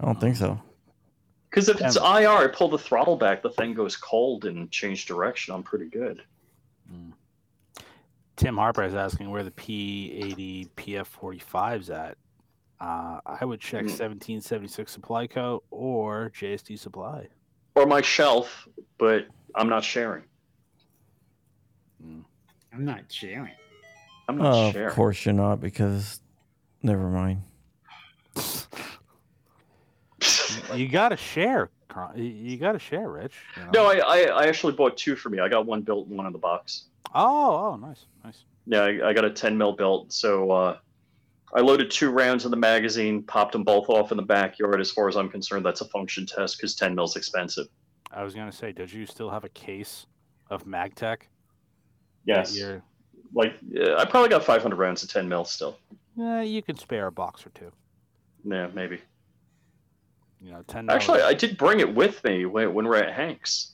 Speaker 2: I don't think so.
Speaker 3: Because if it's
Speaker 5: Yeah.
Speaker 3: IR, I pull the throttle back, the thing goes cold and change direction. I'm pretty good.
Speaker 5: Mm. Tim Harper is asking where the P80 PF45 is at. Uh, I would check
Speaker 3: Mm.
Speaker 5: 1776 Supply Co. or JSD Supply.
Speaker 3: Or my shelf, but I'm not sharing.
Speaker 4: I'm not [laughs] sharing.
Speaker 3: I'm not
Speaker 2: Oh,
Speaker 3: sharing.
Speaker 2: of course you're not, because never mind.
Speaker 3: Hmm.
Speaker 5: You got to share. Cron- You, you got to share, Rich. you know?
Speaker 3: [laughs] no, I, I, I actually bought two for me. I got one built and one in the box.
Speaker 5: Oh, oh, nice, nice.
Speaker 3: Yeah, I, I got a 10 mil built. So uh, I loaded two rounds in the magazine, popped them both off in the backyard. As far as I'm concerned, that's a function test because 10 mil's expensive.
Speaker 5: I was gonna say, did you still have a case of Magtech? that
Speaker 3: Yes.
Speaker 5: year?
Speaker 3: Like, yeah, I probably got 500 rounds of 10 mil still.
Speaker 5: Eh, you can spare a box or two.
Speaker 3: Yeah, maybe.
Speaker 5: You know, ten.
Speaker 3: Actually, I did bring it with me when, when we were at Hank's.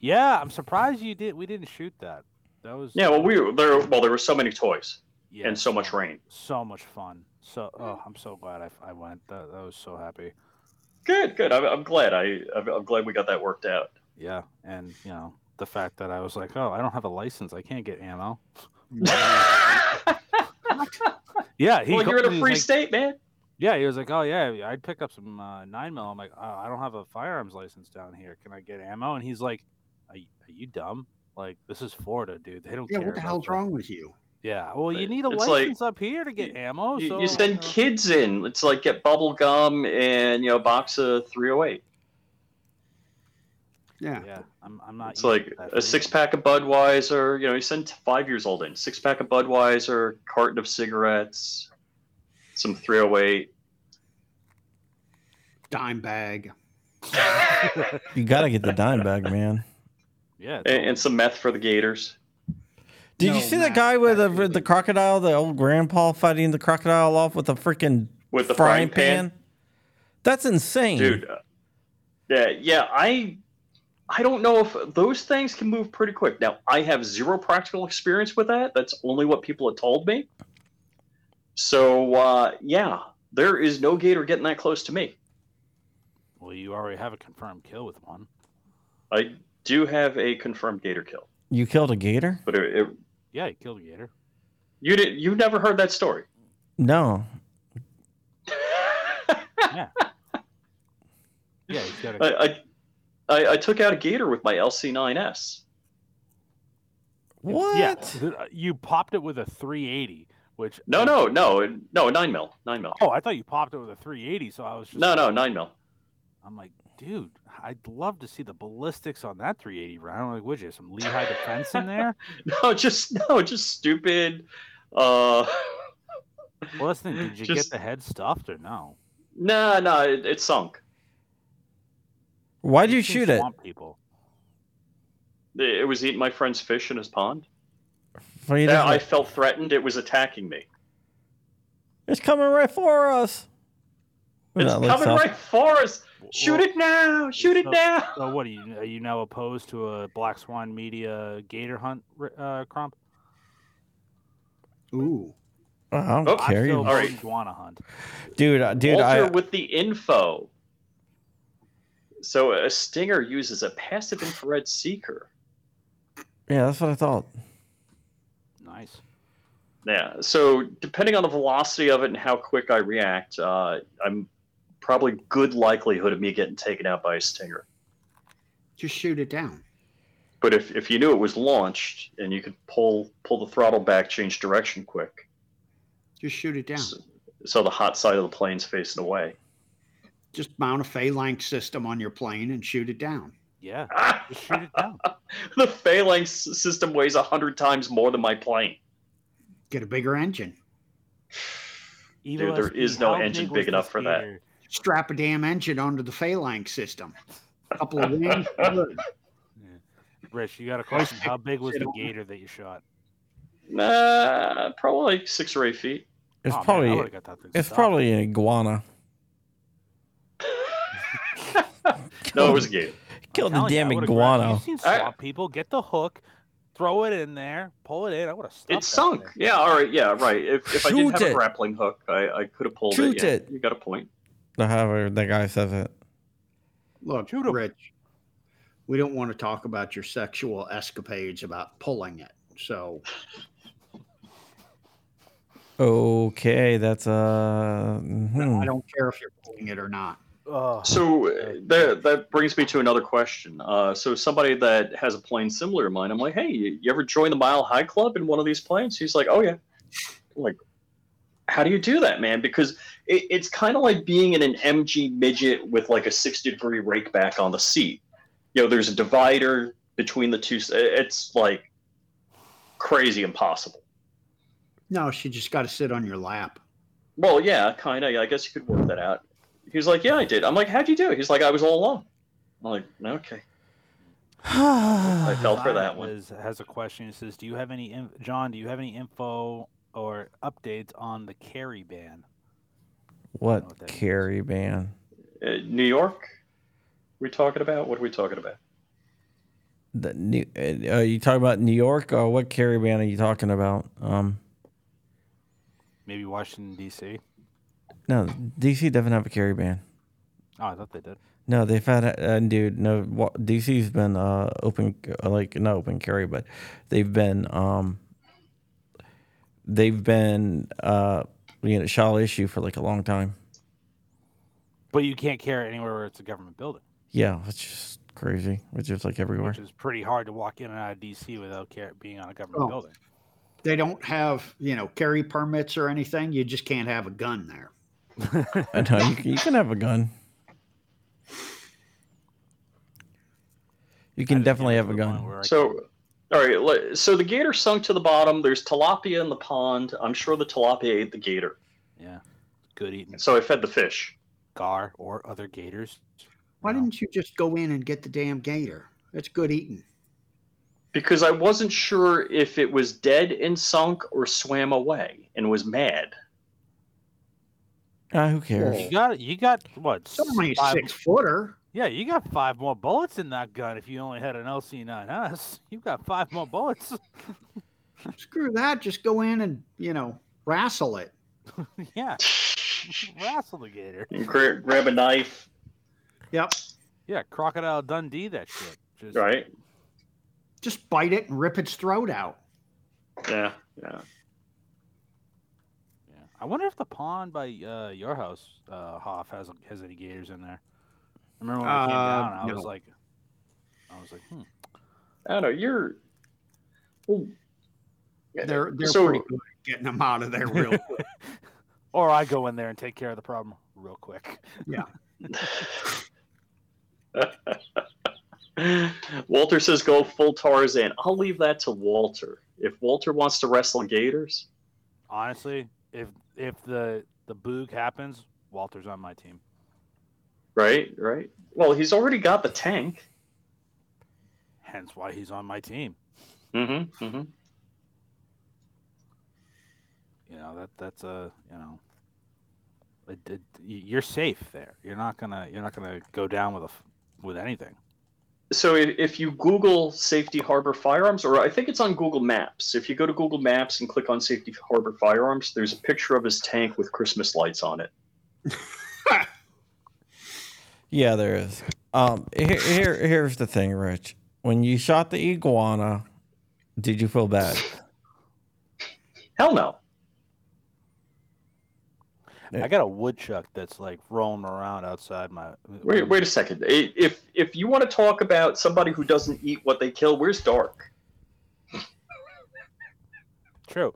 Speaker 5: yeah, I'm surprised you did. We didn't shoot that. That was
Speaker 3: Yeah, well, we were, there. Well, there were so many toys
Speaker 5: yeah,
Speaker 3: and so much rain.
Speaker 5: so much fun. So, oh, I'm so glad I, I went. That, that was so happy.
Speaker 3: Good, good. I'm, I'm glad. I I'm, I'm glad we got that worked out.
Speaker 5: Yeah, and you know the fact that I was like, oh, I don't have a license, I can't get ammo. Yeah, [laughs] he
Speaker 3: well,
Speaker 5: called
Speaker 3: you're in
Speaker 5: me,
Speaker 3: a
Speaker 5: he's
Speaker 3: free
Speaker 5: like-
Speaker 3: state, man.
Speaker 5: Yeah, he was like, oh yeah, I'd pick up some uh, nine mil. I'm like, oh, I don't have a firearms license down here. Can I get ammo? And he's like, are, y- are you dumb? Like this is Florida, dude. They don't
Speaker 4: Yeah,
Speaker 5: care.
Speaker 4: what the
Speaker 5: about
Speaker 4: hell's
Speaker 5: that."
Speaker 4: wrong with you?
Speaker 5: Yeah, well, you
Speaker 3: It's
Speaker 5: need a
Speaker 3: like-
Speaker 5: license up here to get ammo.
Speaker 3: You,
Speaker 5: "Oh, so uh,
Speaker 3: you send
Speaker 5: know.
Speaker 3: kids oh in. It's like get bubble gum and you know a box of 308.
Speaker 4: Yeah.
Speaker 5: Yeah, I'm, I'm not.
Speaker 3: It's
Speaker 5: using
Speaker 3: like
Speaker 5: that for
Speaker 3: a six
Speaker 5: reason.
Speaker 3: pack of Budweiser. You know, you send five years old in six pack of Budweiser, carton of cigarettes, some 308.
Speaker 4: Dime bag.
Speaker 2: You gotta get the dime bag, man.
Speaker 5: Yeah,
Speaker 3: and, and some meth for the Gators.
Speaker 2: Did
Speaker 4: No,
Speaker 2: you see that
Speaker 4: Matt,
Speaker 2: guy with the,
Speaker 4: that's
Speaker 2: with the
Speaker 4: illegal.
Speaker 2: crocodile, the old grandpa fighting the crocodile off with a freaking
Speaker 3: With the frying pan?
Speaker 2: That's insane,
Speaker 3: Dude, uh, yeah, yeah, I I don't know if those things can move pretty quick. Now, I have zero practical experience with that. That's only what people have told me. So, uh, yeah, there is no Gator getting that close to me.
Speaker 5: well, you already have a confirmed kill with one.
Speaker 3: I do have a confirmed Gator kill,
Speaker 2: You killed a gator?
Speaker 3: but it, it,
Speaker 5: Yeah, you killed a gator.
Speaker 3: you did you never heard that story. [laughs]
Speaker 2: No.
Speaker 5: Yeah, he's got a,
Speaker 3: I, I, I, I took out a gator with my LC9S.
Speaker 2: What?
Speaker 5: Yeah, th- uh, you popped it with a 380, which
Speaker 3: No, no, no, no, nine mil, nine mil.
Speaker 5: Oh, I thought you popped it with a 380, so I was just
Speaker 3: No, no, nine mil.
Speaker 5: I'm like, dude, I'd love to see the ballistics on that 380 round. Like, would you have some Lehigh defense in there?
Speaker 3: [laughs] No, just no, just stupid. Uh, [laughs]
Speaker 5: Well, that's the thing. Did you
Speaker 3: Just-
Speaker 5: get the head stuffed or no?
Speaker 3: nah, nah, it, it sunk.
Speaker 2: Why'd you
Speaker 5: We've seen
Speaker 2: shoot it?
Speaker 5: swamp People.
Speaker 3: It, it was eating my friend's fish in his pond.
Speaker 2: Well, you
Speaker 3: Yeah,
Speaker 2: didn't-
Speaker 3: I felt threatened. It was attacking me.
Speaker 2: It's coming right for us.
Speaker 3: It's
Speaker 2: That
Speaker 3: coming
Speaker 2: looks up.
Speaker 3: right for us.
Speaker 5: Well,
Speaker 3: Shoot it now! Shoot it
Speaker 5: so-
Speaker 3: now!
Speaker 5: So what are you? Are you now opposed to a Black Swan Media Gator Hunt, uh, Crump?
Speaker 4: Ooh.
Speaker 2: I don't
Speaker 3: Oh, I
Speaker 5: I'm
Speaker 2: care,
Speaker 5: still
Speaker 2: you-
Speaker 3: All right.
Speaker 5: voting Guana Hunt.
Speaker 2: dude. uh, Dude,
Speaker 3: Walter
Speaker 2: I
Speaker 3: with the info. So a stinger uses a passive infrared seeker.
Speaker 2: yeah, that's what I thought.
Speaker 5: Nice.
Speaker 3: Yeah. So depending on the velocity of it and how quick I react, uh, I'm probably good likelihood of me getting taken out by a stinger.
Speaker 4: Just shoot it down.
Speaker 3: But if, if you knew it was launched and you could pull pull the throttle back, change direction quick,
Speaker 4: Just shoot it down.
Speaker 3: so, so the hot side of the plane's facing away.
Speaker 4: Just mount a phalanx system on your plane and shoot it down.
Speaker 5: Yeah,
Speaker 3: Ah,
Speaker 5: just shoot it down.
Speaker 3: the phalanx system weighs a hundred times more than my plane.
Speaker 4: Get a bigger engine.
Speaker 5: Evil
Speaker 3: there
Speaker 5: SP,
Speaker 3: is no
Speaker 5: how
Speaker 3: engine
Speaker 5: was
Speaker 3: big enough
Speaker 5: this
Speaker 3: for that.
Speaker 5: gator?
Speaker 4: Strap a damn engine onto the phalanx system. couple of wings. good. [laughs]
Speaker 5: Rich, you got a question. How big was
Speaker 4: Shit
Speaker 5: the
Speaker 4: on.
Speaker 5: gator that you shot?
Speaker 3: Nah, probably like six or eight feet.
Speaker 2: It's
Speaker 5: Aw, Oh, man, I
Speaker 2: probably
Speaker 5: would've got that thing
Speaker 2: it's
Speaker 5: stuffed.
Speaker 2: probably an iguana.
Speaker 3: No, it was a gator.
Speaker 5: I'm
Speaker 2: Killed the
Speaker 5: telling you, I
Speaker 2: damn
Speaker 5: would've grabbed-
Speaker 2: iguana.
Speaker 5: You've seen
Speaker 3: I-
Speaker 5: swamp people get the hook, throw it in there, pull it in. I would have.
Speaker 3: It sunk. Yeah, all right. Yeah, right. If, if I
Speaker 2: Shoot
Speaker 3: didn't have
Speaker 2: it.
Speaker 3: a grappling hook, I, I could have pulled
Speaker 2: Shoot
Speaker 3: it. Yeah,
Speaker 2: it.
Speaker 3: You got a point.
Speaker 2: However, the guy says it.
Speaker 4: Look,
Speaker 5: Shoot 'em.
Speaker 4: Rich, we don't want to talk about your sexual escapades about pulling it. So
Speaker 2: Okay, that's uh. mhm.
Speaker 4: I
Speaker 5: [laughs]
Speaker 4: don't care if you're pulling it or not.
Speaker 5: Oh,
Speaker 2: [sighs]
Speaker 3: So uh, that that brings me to another question. Uh, so somebody that has a plane similar to mine, I'm like, hey, you, you ever join the Mile High Club in one of these planes? He's like, oh yeah. I'm like, how do you do that, man? Because it, it's kind of like being in an MG midget with like a 60 degree rake back on the seat. You know, there's a divider between the two. s- It's like crazy impossible.
Speaker 4: No, she just got to sit on your lap.
Speaker 3: Well, yeah, kind of. I guess you could work that out. He was like, "Yeah, I did." I'm like, "How'd you do?" it?" He's like, "I was all alone." I'm like, "Okay." I fell for that one.
Speaker 5: Is, has a question. It says, "Do you have any, in- John? Do you have any info or updates on the carry ban?" know what
Speaker 2: what
Speaker 5: that means.
Speaker 2: carry ban?
Speaker 3: Uh, New York. We talking about what are we talking about?
Speaker 2: The new? Uh, are you talking about New York or what carry ban are you talking about? Um,
Speaker 5: Maybe Washington D.C.
Speaker 2: no, DC doesn't have a carry ban.
Speaker 5: Oh, I thought they did.
Speaker 2: No, they've had a uh, dude. No, wa- DC's been uh, open, uh, like not open carry, but they've been um, they've been uh, you know, shall issue for like a long time.
Speaker 5: But you can't carry it anywhere where it's a government building,
Speaker 2: Yeah, it's just crazy. It's just like
Speaker 5: [laughs]
Speaker 2: everywhere.
Speaker 5: which is pretty hard to walk in and out of D.C. without car- being on a government
Speaker 4: Oh.
Speaker 5: building.
Speaker 4: They don't have, you know, carry permits or anything. You just can't have a gun there.
Speaker 2: I know you, can- you can have a gun. You
Speaker 5: I
Speaker 2: can
Speaker 5: didn't
Speaker 2: definitely have
Speaker 5: get to
Speaker 2: a
Speaker 5: the point
Speaker 2: gun.
Speaker 5: where I
Speaker 3: So, all right. le- So the gator sunk to the bottom. There's tilapia in the pond. I'm sure the tilapia ate the gator.
Speaker 5: could- yeah, good eating
Speaker 3: So I fed the fish.
Speaker 5: gar or other gators.
Speaker 4: Why
Speaker 5: No.
Speaker 4: didn't you just go in and get the damn gator? That's good eating.
Speaker 3: Because I wasn't sure if it was dead and sunk or swam away and was mad.
Speaker 2: Ah, who cares?
Speaker 5: You got you got what?
Speaker 4: It's only a
Speaker 5: five-
Speaker 4: six footer.
Speaker 5: Yeah, you got five more bullets in that gun. If you only had an [laughs] LC9S, you got five more bullets. [laughs]
Speaker 4: Screw that. Just go in and, you know, wrestle it. [laughs]
Speaker 5: yeah, wrestle the gator.
Speaker 3: And [laughs] gra- grab a knife,
Speaker 4: Yep.
Speaker 5: Yeah, crocodile Dundee. That shit. Just,
Speaker 3: right?
Speaker 4: Just bite it and rip its throat out.
Speaker 3: Yeah, yeah.
Speaker 5: Yeah. I wonder if the pond by uh, your house, uh, Hoff, has has any gators in there. I remember when we came down,
Speaker 4: Uh,
Speaker 5: I
Speaker 4: no.
Speaker 5: was like, I was like, hmm. [laughs]
Speaker 3: I don't know. You're. Well, yeah,
Speaker 4: They're they're
Speaker 3: So-
Speaker 4: pretty good at getting them out of there real
Speaker 5: [laughs]
Speaker 4: quick.
Speaker 5: Or I go in there and take care of the problem real quick.
Speaker 3: [sighs] Walter says go full Tarzan. I'll leave that to Walter. If Walter wants to wrestle gators,
Speaker 5: Honestly, if if the the boog happens, Walter's on my team.
Speaker 3: right, right. Well, he's already got the tank.
Speaker 5: Hence why he's on my team.
Speaker 3: Mm-hmm. mm-hmm.
Speaker 5: You know that that's a you know, it, it, y- you're safe there. You're not gonna you're not gonna go down with a f- with anything.
Speaker 3: So i- if you Google Safety Harbor Firearms, or I think it's on Google Maps. If you go to Google Maps and click on Safety Harbor Firearms, there's a picture of his tank with Christmas lights on it.
Speaker 2: Yeah, there is. Um, here, here, here's the thing, Rich. When you shot the iguana, did you feel bad?
Speaker 3: Hell no.
Speaker 2: Yeah.
Speaker 5: I got a woodchuck that's like rolling around outside my.
Speaker 3: Wait, wait a second. I- If if you want to talk about somebody who doesn't eat what they kill, where's Dark?
Speaker 5: True.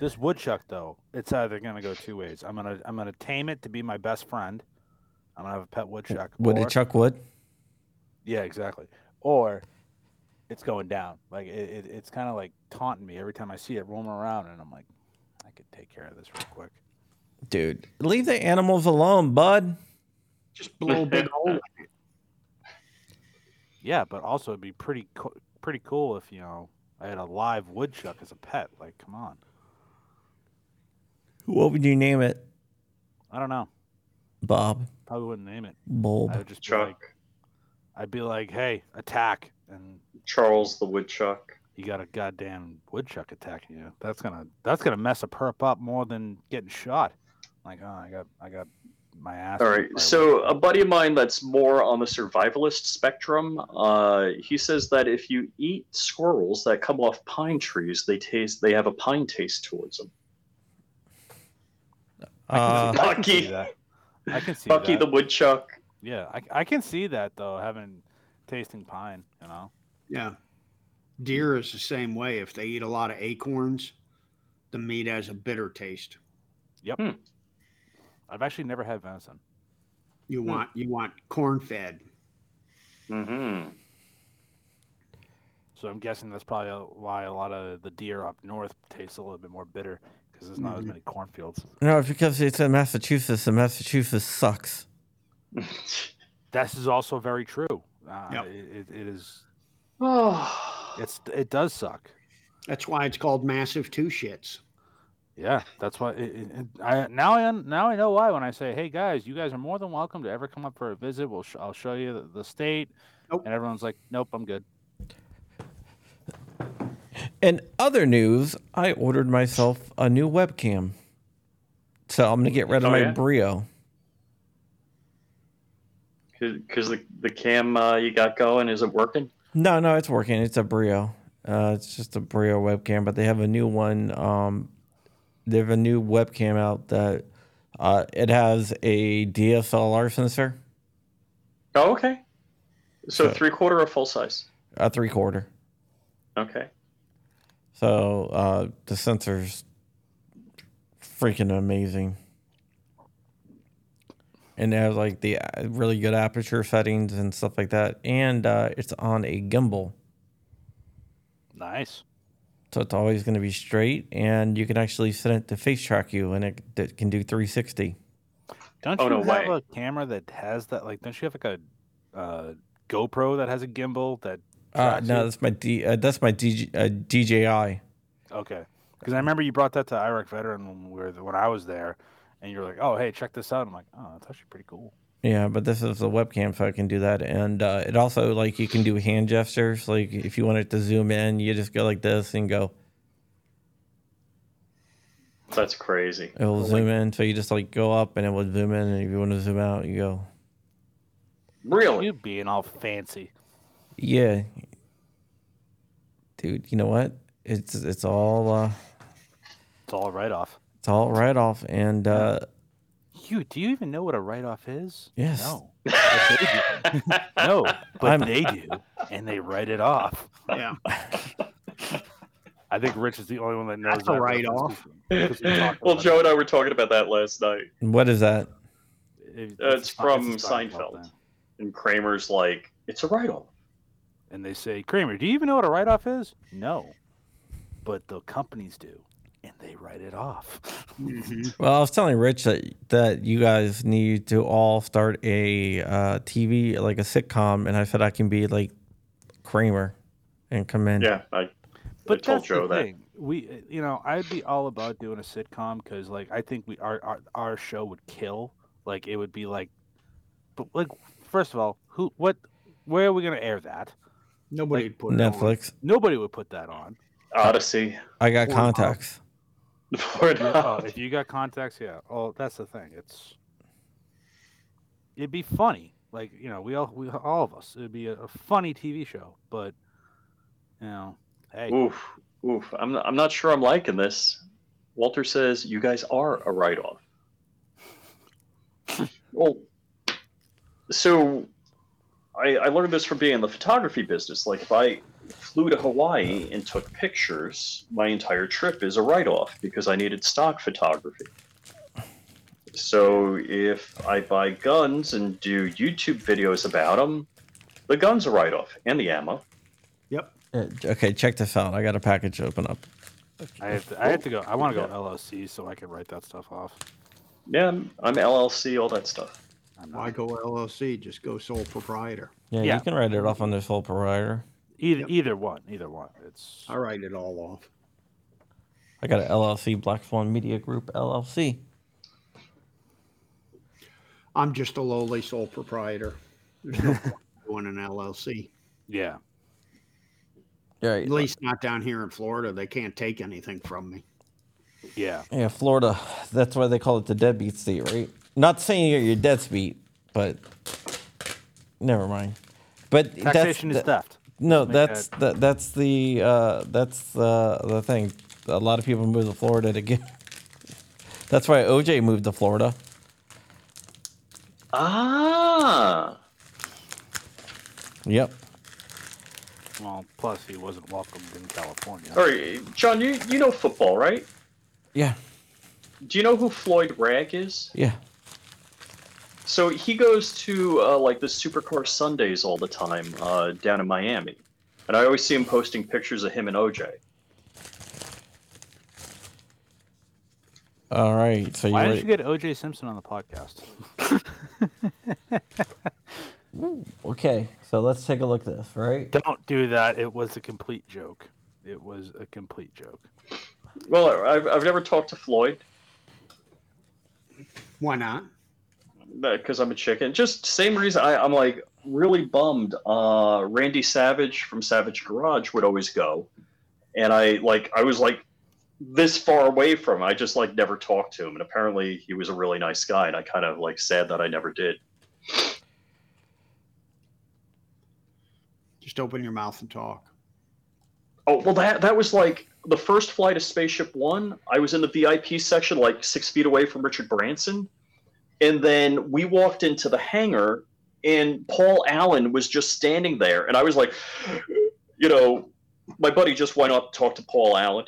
Speaker 5: This woodchuck though, it's either gonna go two ways. I'm gonna I'm gonna tame it to be my best friend. I'm gonna have a pet woodchuck.
Speaker 2: Would
Speaker 5: or-
Speaker 2: it chuck wood?
Speaker 5: Yeah, exactly. Or it's going down. Like it, it, it's kind of like taunting me every time I see it roaming around, and I'm like, I could take care of this real quick.
Speaker 2: Dude, leave the animals alone, bud.
Speaker 4: Just blow a
Speaker 5: [laughs]
Speaker 4: big hole.
Speaker 5: Yeah, but also it'd be pretty co- pretty cool if you know I had a live woodchuck as a pet. Like, come on.
Speaker 2: What would you name it?
Speaker 5: I don't know.
Speaker 2: Bob.
Speaker 5: Probably wouldn't name it. I
Speaker 2: Bulb.
Speaker 5: would just be like, I'd be like, hey, attack, and
Speaker 3: Charles the Woodchuck.
Speaker 5: you got a goddamn woodchuck attacking you. That's gonna that's gonna mess a perp up more than getting shot. Like, oh, I got I got my ass.
Speaker 3: All
Speaker 5: beat
Speaker 3: right.
Speaker 5: by a
Speaker 3: So
Speaker 5: woodchuck."
Speaker 3: a buddy of mine that's more on the survivalist spectrum, uh, he says that if you eat squirrels that come off pine trees, they taste they have a pine taste towards them.
Speaker 2: Uh,
Speaker 5: I can
Speaker 3: Bucky.
Speaker 5: see that. I can see
Speaker 3: Bucky
Speaker 5: that.
Speaker 3: the Woodchuck.
Speaker 5: Yeah, I, I can see that though. Having tasting pine, you know.
Speaker 4: Yeah. Deer is the same way. If they eat a lot of acorns, the meat has a bitter taste.
Speaker 5: I've actually never had venison.
Speaker 4: You
Speaker 3: Hmm.
Speaker 4: want you want corn fed.
Speaker 3: Mm-hmm. [sighs]
Speaker 5: So I'm guessing that's probably a- why a lot of the deer up north tastes a little bit more bitter because there's not as
Speaker 4: Mhm.
Speaker 5: many cornfields.
Speaker 2: no, it's because it's in Massachusetts, and Massachusetts sucks.
Speaker 5: This is also very true. Uh,
Speaker 4: Yep.
Speaker 5: it, it- it is.
Speaker 3: Oh.
Speaker 5: It's it does suck.
Speaker 4: That's why it's called massive two shits.
Speaker 5: Yeah, that's why. It, it, it- I now I un- now I know why when I say, "Hey guys, you guys are more than welcome to ever come up for a visit. We'll sh- I'll show you the, the state,"
Speaker 4: Nope.
Speaker 5: and everyone's like, "Nope, I'm good."
Speaker 2: In other news, I ordered myself a new webcam. So I'm going to get rid of
Speaker 3: Oh,
Speaker 2: my
Speaker 3: yeah?
Speaker 2: Brio.
Speaker 3: Because the, the cam uh, you got going isn't working.
Speaker 2: No, no, it's working. It's a Brio. Uh, it's just a Brio webcam, but they have a new one. Um, they have a new webcam out that uh, it has a DSLR sensor,
Speaker 3: Oh, okay. So
Speaker 2: So-
Speaker 3: three quarter or full size.
Speaker 2: a three quarter.
Speaker 3: Okay.
Speaker 2: So uh, the sensor's freaking amazing. and they have like the uh, really good aperture settings and stuff like that. And uh, it's on a gimbal,
Speaker 5: Nice.
Speaker 2: so it's always going to be straight. And you can actually set it to face track you, and it, it can do 360.
Speaker 5: Don't
Speaker 3: Oh,
Speaker 5: you
Speaker 3: no
Speaker 5: have
Speaker 3: way.
Speaker 5: a camera that has that? Like, don't you have like a uh, GoPro that has a gimbal that?
Speaker 2: Uh,
Speaker 5: tracks
Speaker 2: no,
Speaker 5: you?
Speaker 2: that's my D, uh, that's my DJ, uh, DJI.
Speaker 5: Okay. Because I remember you brought that to Iraq Veteran when we were when I was there, and you were like, "Oh, hey, check this out." I'm like, "Oh, that's actually pretty cool."
Speaker 2: Yeah, but this is a webcam, so I can do that. And uh, it also like you can do hand gestures. Like if you want it to zoom in, you just go like this and go.
Speaker 3: That's crazy.
Speaker 2: It will zoom in. So you just like go up and it will zoom in. And if you want to zoom out, you go.
Speaker 3: Really?
Speaker 5: You [laughs] being all fancy.
Speaker 2: Yeah, dude. You know what? It's it's all uh,
Speaker 5: It's all write off.
Speaker 2: it's all write off. And uh,
Speaker 5: You do you even know what a write off is?
Speaker 2: Yes.
Speaker 5: No. But they do.
Speaker 3: [laughs]
Speaker 5: no, but
Speaker 2: I'm-
Speaker 5: they do, and they write it off.
Speaker 4: Yeah.
Speaker 5: I think Rich is the only one that knows
Speaker 4: That's a
Speaker 5: that
Speaker 4: write-off.
Speaker 5: because we talked
Speaker 3: well,
Speaker 5: about
Speaker 3: Joe and I were talking about that last night,
Speaker 2: what is that?
Speaker 5: it. It-
Speaker 3: Uh, it's
Speaker 5: a-
Speaker 3: from
Speaker 5: a
Speaker 3: Seinfeld.
Speaker 5: thing.
Speaker 3: and Kramer's like, "It's a write-off."
Speaker 5: and they say, "Kramer, do you even know what a write off is?" No, but the companies do, and they write it off. [laughs]
Speaker 4: Mhm.
Speaker 2: Well, I was telling Rich that that you guys need to all start a uh, TV like a sitcom, and I said I can be like Kramer and come in.
Speaker 3: Yeah, I,
Speaker 5: but
Speaker 3: I told
Speaker 5: that's
Speaker 3: Joe
Speaker 5: the
Speaker 3: that.
Speaker 5: thing. We, uh, you know, I'd be all about doing a sitcom because, like, I think we our, our our show would kill. Like, it would be like, but like, first of all, who, what, where are we gonna air that?
Speaker 4: Nobody would put it on.
Speaker 2: Netflix.
Speaker 5: Nobody would put that on.
Speaker 3: Odyssey. [laughs]
Speaker 2: I got
Speaker 5: Or-
Speaker 2: contacts.
Speaker 3: Word [laughs]
Speaker 5: Yeah,
Speaker 3: up.
Speaker 5: oh, if you got contacts, yeah. Oh, that's the thing. It's it'd be funny. Like you know, we all we all of us. It'd be a, a funny TV show. But you know, hey,
Speaker 3: Oof, oof. I'm I'm not sure I'm liking this. Walter says you guys are a write-off. well, so I, I learned this from being in the photography business. Like if I flew to Hawaii and took pictures, my entire trip is a write-off because I needed stock photography. So if I buy guns and do YouTube videos about them, the guns are write-off and the ammo.
Speaker 4: Yep.
Speaker 2: Uh, Okay, check this out. I got a package to open up.
Speaker 5: I have to, I have to go. I want to go LLC so I can write that stuff off.
Speaker 3: Yeah, I'm, I'm LLC, all that stuff.
Speaker 5: I'm not,
Speaker 4: Why go LLC? Just go sole proprietor.
Speaker 2: Yeah,
Speaker 5: Yeah.
Speaker 2: you can write it off on this whole provider.
Speaker 5: either
Speaker 4: Yep.
Speaker 5: either one, either one. It's
Speaker 4: I write it all off.
Speaker 2: I got an LLC, Black Swan Media Group LLC.
Speaker 4: I'm just a lowly sole proprietor. There's no point in doing an LLC.
Speaker 5: yeah.
Speaker 2: Right.
Speaker 4: At least not down here in Florida. They can't take anything from me.
Speaker 5: Yeah,
Speaker 2: Yeah, Florida. That's why they call it the deadbeat state, right? Not saying you're your deadbeat, but never mind. But that's-
Speaker 5: taxation is
Speaker 2: that-
Speaker 5: theft.
Speaker 2: No,
Speaker 5: Make
Speaker 2: that's that, that's the uh, that's uh, the thing. A lot of people move to Florida to get. [laughs] That's why OJ moved to Florida.
Speaker 3: Ah,
Speaker 2: Yep.
Speaker 5: Well, plus he wasn't welcomed in California.
Speaker 3: all right, John. You you know football, right?
Speaker 2: Yeah.
Speaker 3: Do you know who Floyd Rag is?
Speaker 2: Yeah.
Speaker 3: So he goes to uh, like the Supercar Sundays all the time uh, down in Miami, and I always see him posting pictures of him and OJ.
Speaker 2: All right. So you
Speaker 5: Why
Speaker 2: ready?
Speaker 5: didn't you get OJ Simpson on the podcast? [laughs]
Speaker 2: Okay, so let's take a look at this, right?
Speaker 5: Don't do that. It was a complete joke. It was a complete joke.
Speaker 3: Well, I've, I've never talked to Floyd
Speaker 4: Why not?
Speaker 3: because I'm a chicken. Just same reason. I, I'm like really bummed. Uh, Randy Savage from Savage Garage would always go, and I like I was like this far away from. Him. I just like never talked to him, and apparently he was a really nice guy, and I kind of like sad that I never did.
Speaker 4: Just open your mouth and talk.
Speaker 3: Oh well, that that was like the first flight of Spaceship One. I was in the VIP section, like six feet away from Richard Branson, and then we walked into the hangar, and Paul Allen was just standing there, and I was like, you know, my buddy just went up, talked to Paul [laughs] Allen.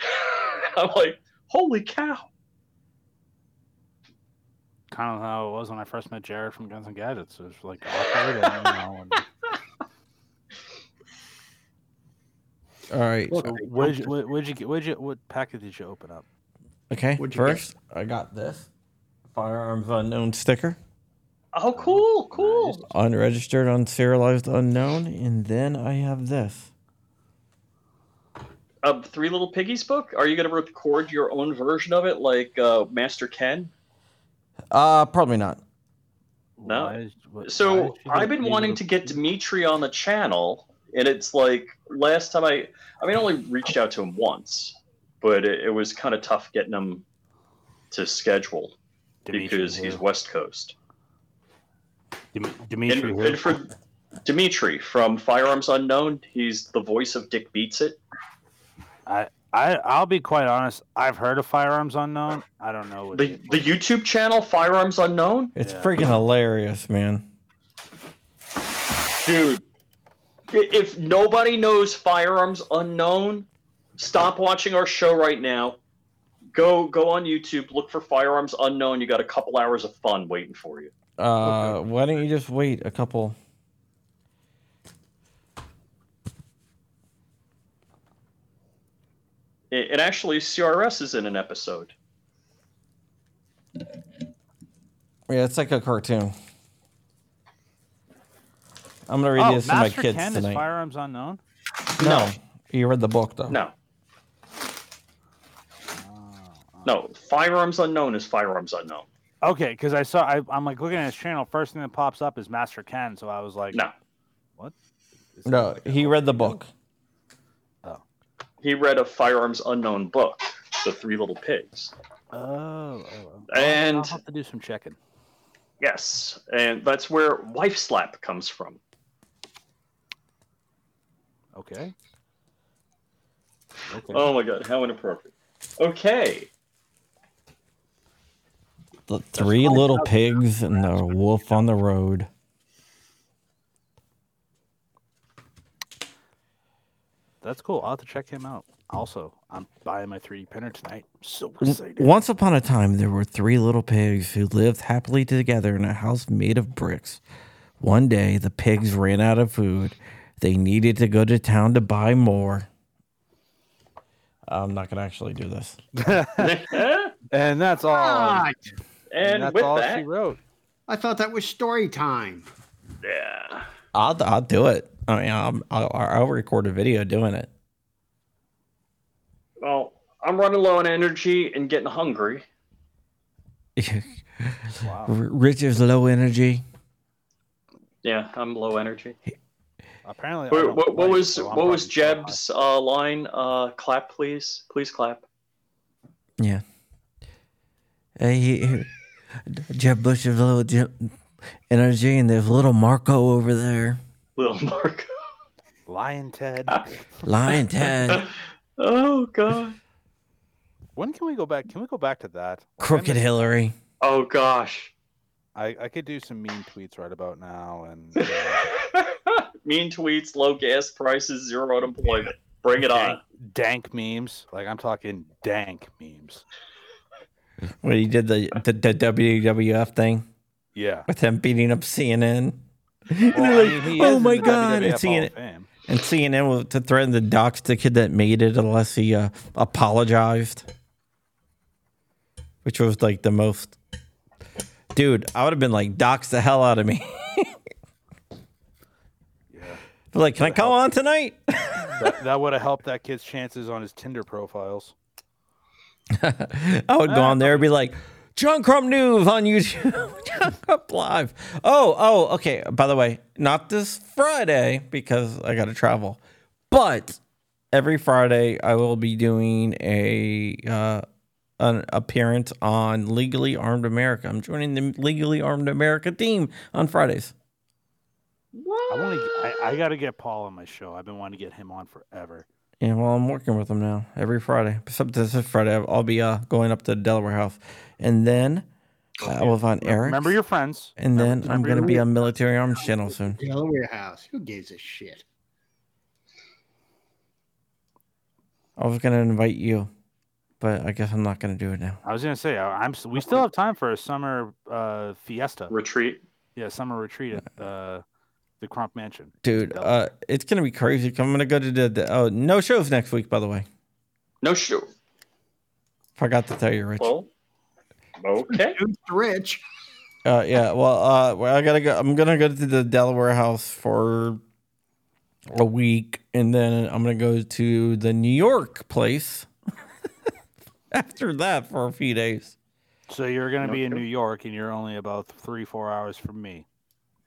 Speaker 3: I'm like, holy cow!
Speaker 5: kind of how it was when I first met Jared from Guns and Gadgets. It was like awkward, and, you know,
Speaker 2: [laughs]
Speaker 5: and
Speaker 2: All right.
Speaker 5: So what did you, what, what'd you, get- what'd you, what packet did you open up?
Speaker 2: Okay.
Speaker 4: What'd you get?
Speaker 2: First, I got this firearms unknown sticker,
Speaker 3: Oh, cool, cool.
Speaker 2: unregistered, unserialized, unknown, and then I have this.
Speaker 3: Uh, Three Little Piggies book. Are you going to record your own version of it, like uh, Master Ken?
Speaker 2: Uh, probably not.
Speaker 3: No.
Speaker 5: Why is- what- why
Speaker 3: So
Speaker 5: did you
Speaker 3: I've
Speaker 5: get
Speaker 3: been
Speaker 5: these
Speaker 3: wanting
Speaker 5: little-
Speaker 3: to get Dimitri on the channel, and it's like last time I, I mean, I only reached out to him once, but it, it was kind of tough getting him to schedule
Speaker 5: Dimitri
Speaker 3: because he's
Speaker 5: who?
Speaker 3: West Coast.
Speaker 5: Dim-
Speaker 3: And,
Speaker 5: Dimitri. who?
Speaker 3: and for Dimitri from Firearms Unknown, he's the voice of Dick Beats It.
Speaker 5: I I'll be quite honest. I've heard of Firearms Unknown. I don't know what.
Speaker 3: The
Speaker 5: it-
Speaker 3: the YouTube channel Firearms Unknown,
Speaker 2: It's
Speaker 5: Yeah.
Speaker 2: freaking hilarious, man.
Speaker 3: dude. i- If nobody knows Firearms Unknown, stop watching our show right now. Go go on YouTube, look for Firearms Unknown. You got a couple hours of fun waiting for you.
Speaker 2: Uh, why don't you just wait a couple?
Speaker 3: A- And actually, CRS is in an episode.
Speaker 2: Yeah, it's like a cartoon. I'm gonna read
Speaker 5: oh,
Speaker 2: this to my
Speaker 5: Master
Speaker 2: kids
Speaker 5: Ken is
Speaker 2: tonight.
Speaker 5: Firearms Unknown.
Speaker 2: no, you read the book though.
Speaker 3: No. No, Firearms Unknown is Firearms Unknown.
Speaker 5: Okay, because I saw I, I'm like looking at his channel. First thing that pops up is Master Ken. So I was like,
Speaker 3: No.
Speaker 5: is
Speaker 2: no, he read the book.
Speaker 3: He read a Firearms Unknown book, The Three Little Pigs.
Speaker 5: Oh, oh, oh. I'll
Speaker 3: And
Speaker 5: have to do some checking.
Speaker 3: yes, and that's where Wife Slap comes from.
Speaker 5: Okay. Okay.
Speaker 3: Oh my god, how inappropriate. Okay.
Speaker 2: The three
Speaker 5: all
Speaker 2: little
Speaker 5: about-
Speaker 2: pigs and the wolf on the road.
Speaker 5: That's cool. I'll have to check him out. Also, I'm buying my 3D printer tonight. So excited.
Speaker 2: Once upon a time, there were three little pigs who lived happily together in a house made of bricks. One day, the pigs ran out of food. They needed to go to town to buy more. I'm not going to actually do this.
Speaker 3: and
Speaker 5: And that's all.
Speaker 4: God,
Speaker 5: that's
Speaker 3: Ah, with
Speaker 5: all she
Speaker 3: that,
Speaker 5: wrote.
Speaker 4: I thought that was story time.
Speaker 3: yeah.
Speaker 2: I'll, I'll do it. I mean, I'll, I'll, I'll record a video doing it. [laughs]
Speaker 3: Well, I'm running low on energy and getting hungry.
Speaker 2: R- Rich is low energy.
Speaker 3: Yeah, I'm low energy.
Speaker 5: Apparently, I
Speaker 3: What,
Speaker 5: don't
Speaker 3: what, what
Speaker 5: play,
Speaker 3: was
Speaker 5: so I'm
Speaker 3: what was
Speaker 5: probably too
Speaker 3: Jeb's uh, line? Uh, clap, please, please clap.
Speaker 2: Yeah. Uh, he, he- Jeb Bush is low ge- energy, and there's little Marco over there.
Speaker 3: Little Marco.
Speaker 5: high. Lion Ted.
Speaker 2: Lion Ted,
Speaker 3: [laughs] Oh god.
Speaker 5: When can we go back? Can we go back to that? Like, I
Speaker 2: Crooked
Speaker 5: miss-
Speaker 2: Hillary.
Speaker 3: Oh gosh. [laughs]
Speaker 5: I, I could do some mean tweets right about now, [laughs] and uh,
Speaker 3: mean tweets, low gas prices, zero unemployment. Bring it on.
Speaker 5: dank, dank memes. Like I'm talking dank memes.
Speaker 2: When he did the, the the WWF thing [laughs]
Speaker 5: Yeah.
Speaker 2: with him beating up CNN. [laughs] And
Speaker 5: Well,
Speaker 2: they're
Speaker 5: I
Speaker 2: like,
Speaker 5: mean, he is
Speaker 2: oh
Speaker 5: in
Speaker 2: my
Speaker 5: the
Speaker 2: God, and
Speaker 5: WWF Hall of
Speaker 2: CNN,
Speaker 5: Fame.
Speaker 2: and CNN was to threaten to dox the kid that made it unless he uh, apologized, which was like the most. Dude, I would have been like, dox the hell out of me. [laughs]
Speaker 5: Yeah.
Speaker 2: But, like, can I come on tonight?
Speaker 5: that, that would have helped that kid's chances on his Tinder profiles.
Speaker 2: I would go
Speaker 5: Ah,
Speaker 2: on there and be like, John Crump News on YouTube, [laughs] John Crump Live. Oh, oh, okay. By the way, not this Friday because I got to travel, but every Friday I will be doing a uh, an appearance on Legally Armed America. I'm joining the Legally Armed America team on Fridays.
Speaker 5: I want to. I, I got to get Paul on my show. I've been wanting to get him on forever.
Speaker 2: Yeah, well, I'm working with them now every Friday. Except this is Friday, I'll be uh, going up to the Delaware House, and then uh, I will find Eric.
Speaker 5: Oh, Remember your friends.
Speaker 2: And
Speaker 5: Remember-
Speaker 2: then I'm
Speaker 5: remember
Speaker 2: going to
Speaker 5: your-
Speaker 2: be on Military Arms Channel soon.
Speaker 4: Delaware House. Who gives a shit?
Speaker 2: I was going to invite you, but I guess I'm not gonna do it now.
Speaker 5: I was gonna say I- I'm. s- We still have time for a summer uh, fiesta.
Speaker 3: Retreat.
Speaker 5: Yeah, summer retreat at uh, the Crump Mansion.
Speaker 2: Dude,
Speaker 5: Yep.
Speaker 2: uh, it's gonna be crazy. I'm gonna go to the, the oh no shows next week, by the way.
Speaker 3: No show.
Speaker 2: Forgot to tell you, Rich.
Speaker 3: Well,
Speaker 5: [laughs]
Speaker 3: okay.
Speaker 4: Dude's rich.
Speaker 2: Uh, yeah. Well, uh, well, I gotta go. I'm gonna go to the Delaware house for a week, and then I'm gonna go to the New York place [laughs] after that for a few days.
Speaker 5: So you're gonna be in
Speaker 3: Okay.
Speaker 5: New York, and you're only about three, four hours from me,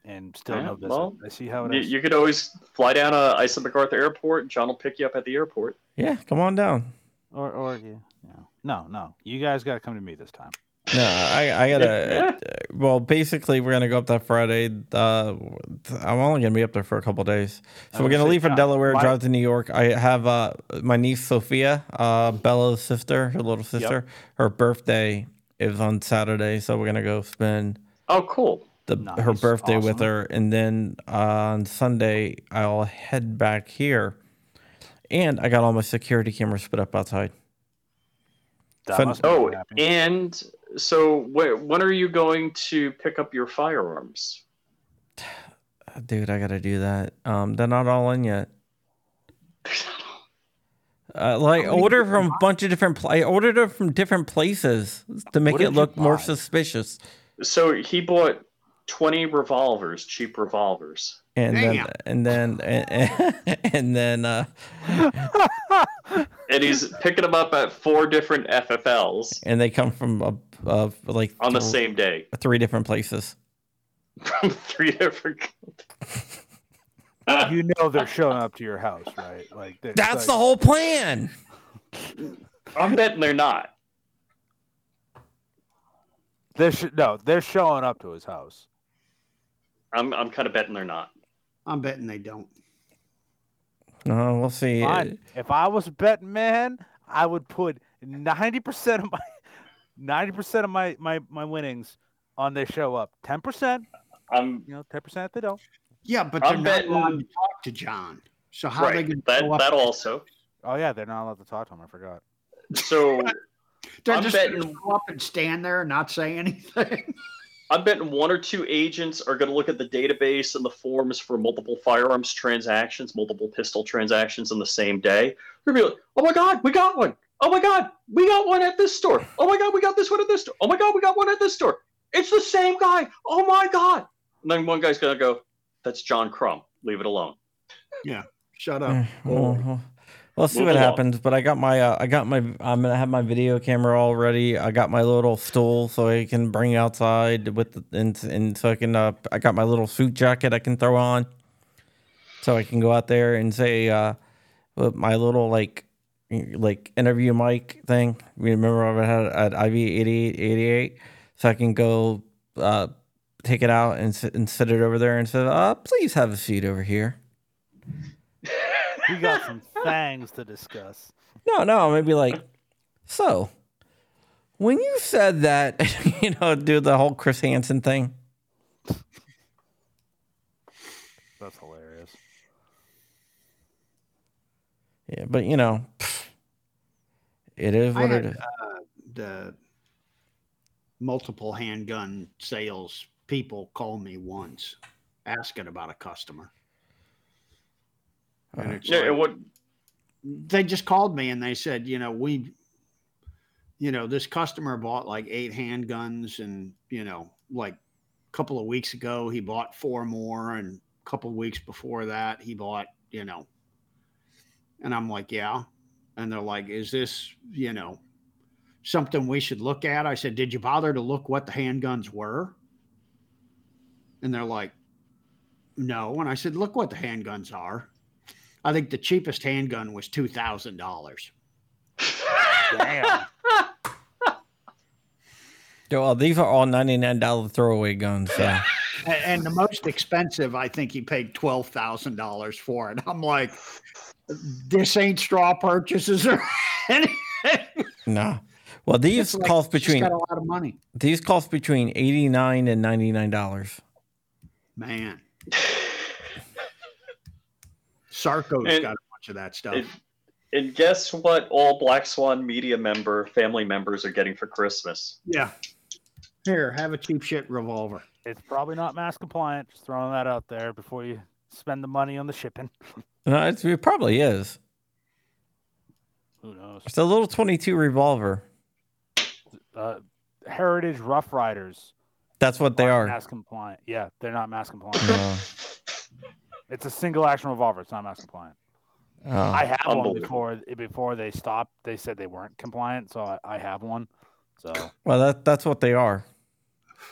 Speaker 5: and still
Speaker 3: Yeah,
Speaker 5: no visit.
Speaker 3: well,
Speaker 5: I see how it
Speaker 3: You,
Speaker 5: is.
Speaker 3: you could always fly down to Isa MacArthur Airport. and John will pick you up at the airport.
Speaker 2: Yeah, come on down.
Speaker 5: Or, or yeah, yeah. No, no. You guys gotta come to me this time.
Speaker 2: No, I,
Speaker 3: [laughs]
Speaker 2: I gotta. well, basically, we're gonna go up that Friday. Uh, I'm only gonna be up there for a couple days, so
Speaker 5: I
Speaker 2: we're
Speaker 5: was
Speaker 2: gonna
Speaker 5: gonna
Speaker 2: leave
Speaker 5: say,
Speaker 2: from
Speaker 5: John,
Speaker 2: Delaware,
Speaker 5: Oh, why-
Speaker 2: drive to New York. I have uh my niece Sophia, uh Bella's sister, her little sister. Her birthday is on Saturday, so we're gonna go spend
Speaker 3: Oh, cool.
Speaker 2: the
Speaker 5: Nice,
Speaker 2: her birthday with
Speaker 5: awesome.
Speaker 2: her, and then uh, on Sunday I'll head back here. And I got all my security cameras put up outside.
Speaker 5: That
Speaker 2: Fun-
Speaker 5: must make you
Speaker 3: Oh,
Speaker 5: happy.
Speaker 3: and so wh- when are you going to pick up your firearms?
Speaker 2: Dude, I gotta do that. Um, they're not all in yet. Uh, like
Speaker 5: How many
Speaker 2: order
Speaker 5: did you
Speaker 2: from a bunch of different. Pla- I ordered it from different places to make
Speaker 5: What
Speaker 2: it
Speaker 5: did you
Speaker 2: look more
Speaker 5: buy?
Speaker 2: suspicious.
Speaker 3: So he bought 20 revolvers, cheap revolvers.
Speaker 2: And
Speaker 4: Damn.
Speaker 2: then [laughs] and then and, and then uh,
Speaker 3: And
Speaker 4: [laughs]
Speaker 3: he's picking them up at four different FFLs
Speaker 2: and they come from uh, uh, like
Speaker 3: on
Speaker 4: Oh.
Speaker 3: the
Speaker 2: th-
Speaker 3: same day
Speaker 2: three different places.
Speaker 3: from [laughs] three different.
Speaker 5: you know they're showing up to your house, right? Like they-
Speaker 2: That's
Speaker 5: like,
Speaker 2: the whole plan.
Speaker 3: I'm betting they're not.
Speaker 5: They're sh- no, they're showing up to his house.
Speaker 3: I'm, I'm kind of betting they're not.
Speaker 4: I'm betting they don't.
Speaker 2: No, Uh, we'll see.
Speaker 5: Fine. Uh, If I was a betting man, I would put ninety percent of my ninety percent of my, my my winnings on they show up. Ten percent,
Speaker 3: I'm
Speaker 5: you know, ten percent if they don't.
Speaker 4: Yeah, but they're
Speaker 3: I'm
Speaker 4: not
Speaker 3: betting-
Speaker 4: allowed to talk to John. So how are they
Speaker 3: right.
Speaker 4: going
Speaker 3: That,
Speaker 4: to up?
Speaker 3: that also.
Speaker 5: Oh yeah, they're not allowed to talk to him. I forgot.
Speaker 3: So
Speaker 4: They're
Speaker 3: I'm
Speaker 4: just going to
Speaker 3: betting-
Speaker 4: show up and stand there and not say [laughs] anything.
Speaker 3: I'm betting one or two agents are going to look at the database and the forms for multiple firearms transactions, multiple pistol transactions on the same day. They're going to be like, oh my God, we got one. Oh my God, we got one at this store. Oh my God, we got this one at this store. Oh my God, we got one at this store. It's the same guy. Oh my God. And then one guy's going to go, that's John Crumb. Leave it alone.
Speaker 4: Shut
Speaker 2: Eh,
Speaker 4: up.
Speaker 2: we'll, we'll- we'll see
Speaker 3: Move
Speaker 2: what
Speaker 3: along.
Speaker 2: happens. But I got my, uh, I got my, I'm gonna have my video camera all ready. I got my little stool so I can bring outside with, the, and and so I can, uh, I got my little suit jacket I can throw on, so I can go out there and say, uh, with my little like, like interview mic thing. Remember what I had at IV eighty eight eighty eight, so I can go, uh, take it out and sit, and sit it over there and say, uh, please have a seat over here.
Speaker 5: We got
Speaker 2: [laughs]
Speaker 5: some things to discuss.
Speaker 2: No, no, maybe like so. When you said that, [laughs] you know, do the whole Chris Hansen thing.
Speaker 5: That's hilarious.
Speaker 2: Yeah, but you know, pff, it is
Speaker 4: I
Speaker 2: what it
Speaker 4: had, uh,
Speaker 2: is.
Speaker 4: the multiple handgun sales people called me once asking about a customer. And it's
Speaker 3: Yeah,
Speaker 4: like-
Speaker 3: it would,
Speaker 4: they just called me and they said, you know, we, you know, this customer bought like eight handguns and, you know, like a couple of weeks ago, he bought four more and a couple of weeks before that, he bought, you know, and I'm like, yeah. And they're like, is this, you know, something we should look at? I said, did you bother to look what the handguns were? And they're like, no. And I said, look what the handguns are. I think the cheapest handgun was two thousand dollars.
Speaker 5: Damn.
Speaker 2: Well, these are all ninety nine dollar throwaway guns.
Speaker 4: [laughs]
Speaker 2: So
Speaker 4: And the most expensive, I think he paid twelve thousand dollars for it. I'm like, this ain't straw purchases or [laughs] anything.
Speaker 2: no. Well, these
Speaker 4: It's like,
Speaker 2: cost
Speaker 4: he's
Speaker 2: between
Speaker 4: got a lot of money,
Speaker 2: these cost between eighty nine and ninety nine dollars.
Speaker 4: man. Sarko's
Speaker 3: And-
Speaker 4: got a bunch of that stuff.
Speaker 3: it, And guess what? All Black Swan media member family members are getting for Christmas.
Speaker 4: Yeah. Here, have a cheap shit revolver.
Speaker 5: It's probably not mask compliant. Just throwing that out there before you spend the money on the shipping.
Speaker 2: No, it's, it probably is.
Speaker 5: Who knows?
Speaker 2: It's a little 22 revolver.
Speaker 5: Uh, Heritage Rough Riders.
Speaker 2: That's what they
Speaker 5: aren't
Speaker 4: [laughs]
Speaker 2: are.
Speaker 5: mask compliant. Yeah, they're not mask compliant.
Speaker 2: No.
Speaker 5: It's a single action revolver. It's not mask compliant.
Speaker 2: Oh.
Speaker 5: I have one
Speaker 3: Unbelievable.
Speaker 5: before before they stopped. They said they weren't compliant, so I, I have one. So
Speaker 2: Well, that, that's what they are.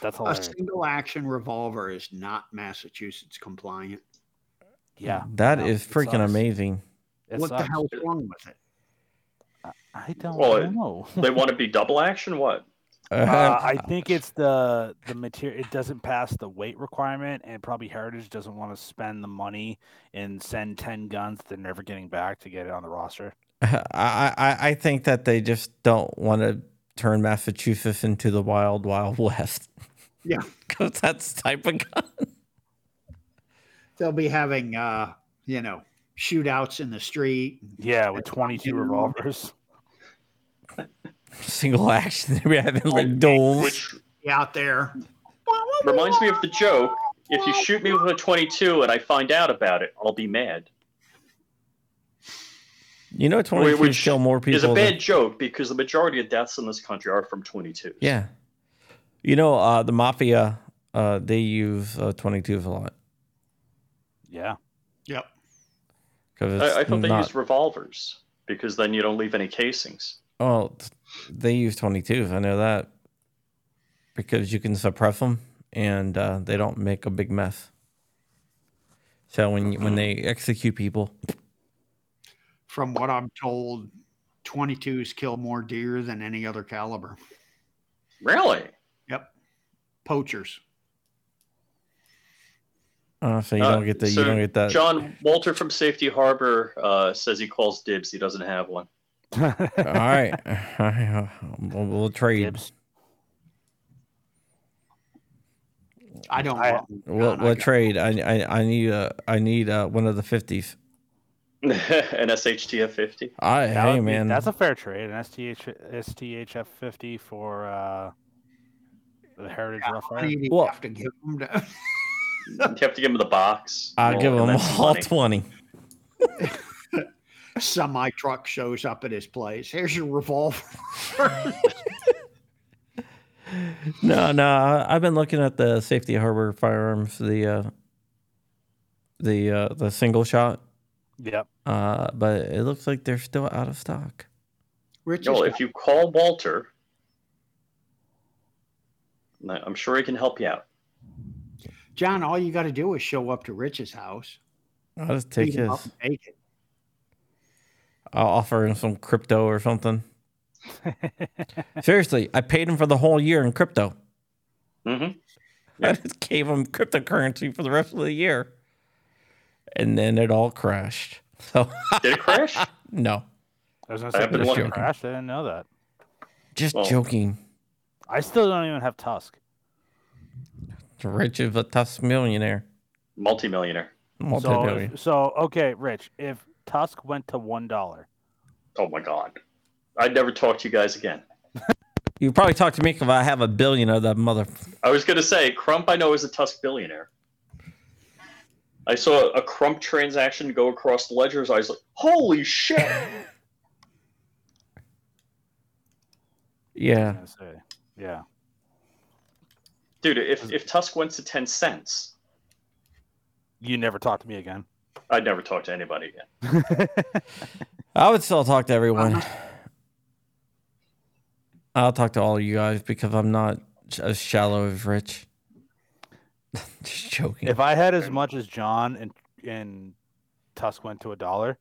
Speaker 5: that's
Speaker 4: A
Speaker 5: hilarious.
Speaker 4: single action revolver is not Massachusetts compliant.
Speaker 5: Yeah,
Speaker 2: that
Speaker 5: no,
Speaker 2: is
Speaker 5: it
Speaker 2: freaking
Speaker 5: sucks.
Speaker 2: amazing.
Speaker 5: It
Speaker 4: what
Speaker 5: sucks.
Speaker 4: the hell's wrong with it?
Speaker 5: I don't
Speaker 3: Well, it-
Speaker 5: know.
Speaker 3: They want to be double action? What?
Speaker 5: Uh, I think it's the the material. It doesn't pass the weight requirement, and probably Heritage doesn't want to spend the money and send ten guns they're never getting back to get it on the roster.
Speaker 2: [laughs] I, I I think that they just don't want to turn Massachusetts into the wild, wild [laughs] west. [laughs]
Speaker 4: Yeah.
Speaker 2: because that's the type of [laughs] gun.
Speaker 4: They'll be having, uh, you know, shootouts in the street.
Speaker 5: Yeah, with twenty two revolvers.
Speaker 2: Single action. We have like duels.
Speaker 3: Which
Speaker 4: Be out there.
Speaker 3: reminds me of the joke. If you shoot me with a 22 and I find out about it, I'll be mad.
Speaker 2: you know, twenty two
Speaker 3: which
Speaker 2: kill more people.
Speaker 3: It's a
Speaker 2: than-
Speaker 3: bad joke because the majority of deaths in this country are from 22.
Speaker 2: [laughs] yeah, you know, uh, the mafia. Uh, they use uh, twenty twos a lot
Speaker 5: Yeah,
Speaker 4: Yep.
Speaker 2: because
Speaker 3: I, I
Speaker 2: it's
Speaker 3: thought they
Speaker 2: not.
Speaker 3: used revolvers because then you don't leave any casings.
Speaker 2: oh, th- they use twenty twos. I know that because you can suppress them and uh, they don't make a big mess. So when you-
Speaker 3: Mm-hmm.
Speaker 2: when they execute people,
Speaker 4: From what I'm told, 22s kill more deer than any other caliber.
Speaker 3: Really?
Speaker 4: Yep. Poachers.
Speaker 2: Uh, so you
Speaker 3: Uh,
Speaker 2: don't get the
Speaker 3: so
Speaker 2: you don't get that.
Speaker 3: John Walter from Safety Harbor uh, says he calls dibs. He doesn't have one. [laughs]
Speaker 2: All right, [laughs] all right, we'll, we'll trade.
Speaker 5: Dibs.
Speaker 4: I don't
Speaker 5: I-
Speaker 4: want one.
Speaker 2: We'll,
Speaker 4: God, I
Speaker 2: we'll
Speaker 4: got-
Speaker 2: trade. I, I I need a I need uh one of the fifties.
Speaker 3: An SHTF 50.
Speaker 2: I
Speaker 5: That
Speaker 2: hey
Speaker 5: would be-
Speaker 2: man,
Speaker 5: that's a fair trade. An STH STHF fifty for uh, the Heritage Rough
Speaker 4: How do
Speaker 5: Rider.
Speaker 4: you
Speaker 2: Well-
Speaker 4: have to give them to- [laughs]
Speaker 3: You have to give him the box.
Speaker 2: I'll
Speaker 3: Well,
Speaker 2: give them
Speaker 3: and that's
Speaker 2: [laughs] all
Speaker 3: money.
Speaker 2: twenty.
Speaker 4: semi truck shows up at his place. Here's your revolver. [laughs]
Speaker 2: No, no, I- I've been looking at the safety harbor firearms, the uh, the uh, the single shot,
Speaker 5: Yep.
Speaker 2: uh, but it looks like they're still out of stock.
Speaker 4: Rich
Speaker 3: Joel,
Speaker 4: is
Speaker 3: if you call Walter, I'm sure he can help you out.
Speaker 4: John, all you got to do is show up to Rich's house.
Speaker 2: I'll just take
Speaker 4: beat him
Speaker 2: his.
Speaker 4: up, and take it.
Speaker 2: I'll offer him some crypto or something. Seriously, I paid him for the whole year in crypto.
Speaker 3: hmm
Speaker 2: [laughs] I just gave them cryptocurrency for the rest of the year. And then it all crashed. [laughs] So,
Speaker 3: Did it crash?
Speaker 2: no,
Speaker 5: I was gonna
Speaker 3: I
Speaker 5: say
Speaker 3: haven't
Speaker 5: Mr.
Speaker 2: wondered-
Speaker 5: Crash. I didn't know that.
Speaker 2: just
Speaker 3: Well-
Speaker 2: joking.
Speaker 5: I still don't even have Tusk.
Speaker 2: Rich is a tough millionaire.
Speaker 3: Multimillionaire.
Speaker 5: So,
Speaker 2: Multi-billion.
Speaker 5: if- so okay, Rich. If Tusk went to one dollar,
Speaker 3: Oh my God. I'd never talk to you guys again.
Speaker 2: you probably talk to me if I have a billion of that mother.
Speaker 3: I was going to say, Crump, I know, is a Tusk billionaire. I saw a Crump transaction go across the ledgers. I was like, holy shit.
Speaker 2: Yeah.
Speaker 5: yeah,
Speaker 3: Dude, if, if Tusk went to 10 cents,
Speaker 5: you never talk to me again.
Speaker 3: I'd never talk to anybody again.
Speaker 2: I would still talk to everyone. I'll talk to all of you guys because I'm not as shallow as Rich. [laughs] just joking.
Speaker 5: If I had as much as John and and Tusk went to a dollar,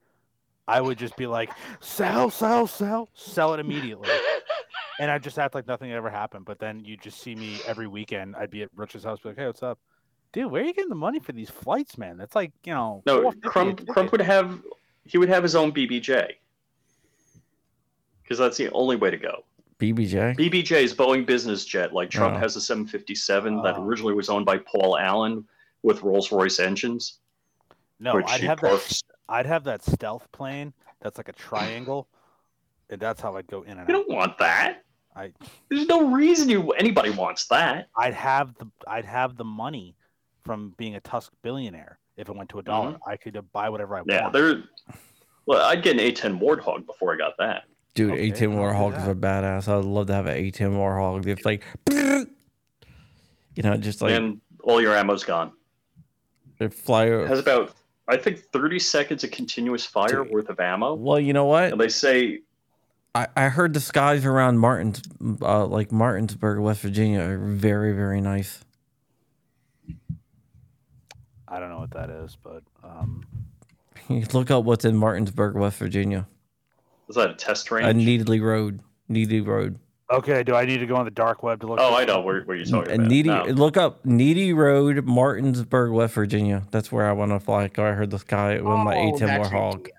Speaker 5: I would just be like, sell, sell, sell, sell
Speaker 3: [laughs]
Speaker 5: it immediately. and I just act like nothing ever happened. But then you just see me every weekend. I'd be at Rich's house, be like, hey, what's up? Dude, where are you getting the money for these flights, man? That's like, you know,
Speaker 3: No,
Speaker 5: 450 a
Speaker 3: Crump, Crump
Speaker 5: ticket."
Speaker 3: would have, he would have his own BBJ. Because that's the only way to go.
Speaker 2: BBJ.
Speaker 3: BBJ is Boeing business jet. Like Trump
Speaker 2: Oh.
Speaker 3: has a 757 that
Speaker 5: Oh.
Speaker 3: originally was owned by Paul Allen with Rolls Royce engines.
Speaker 5: No,
Speaker 3: which
Speaker 5: I'd
Speaker 3: he
Speaker 5: have that
Speaker 3: parks.
Speaker 5: I'd have that stealth plane that's like a triangle, and that's how I'd go in and
Speaker 3: You
Speaker 5: out.
Speaker 3: don't want that.
Speaker 5: I-
Speaker 3: There's no reason you anybody wants that.
Speaker 5: I'd have the I'd have the money from being a Tusk billionaire. If it went to a dollar, I could buy whatever I
Speaker 3: Mm-hmm. Yeah,
Speaker 5: want.
Speaker 3: there. Well, I'd get an A10 Warthog before I got that.
Speaker 2: Dude,
Speaker 5: Okay,
Speaker 2: A10
Speaker 5: I'll do
Speaker 2: Warhog is a
Speaker 5: that.
Speaker 2: badass. I would love to have an A10 Warhog. It's like, [laughs] you know, just like
Speaker 3: and all your ammo's gone.
Speaker 2: it fly
Speaker 3: It
Speaker 2: over.
Speaker 3: has about, I think, 30 seconds of continuous fire
Speaker 2: Dude.
Speaker 3: worth of ammo.
Speaker 2: Well, you know what?
Speaker 3: And they say,
Speaker 2: I, I heard the skies around Martins, uh, like Martinsburg, West Virginia, are very, very nice. [laughs]
Speaker 5: I don't know what that is, but um,
Speaker 2: You look up what's in Martinsburg, West Virginia.
Speaker 3: is that a test
Speaker 2: A
Speaker 3: range?
Speaker 2: Needley Road. Needy Road.
Speaker 5: okay. Do I need to go on the dark web to look?
Speaker 3: oh,
Speaker 5: this
Speaker 3: I know
Speaker 5: up?
Speaker 3: where, where you're
Speaker 2: A
Speaker 3: talking about.
Speaker 2: Needy,
Speaker 3: No.
Speaker 2: Look up Needy Road, Martinsburg, West Virginia. That's where I want to fly. 'cause I heard the sky with my
Speaker 4: Oh,
Speaker 2: A10
Speaker 4: that's
Speaker 2: Warhog.
Speaker 4: ATF.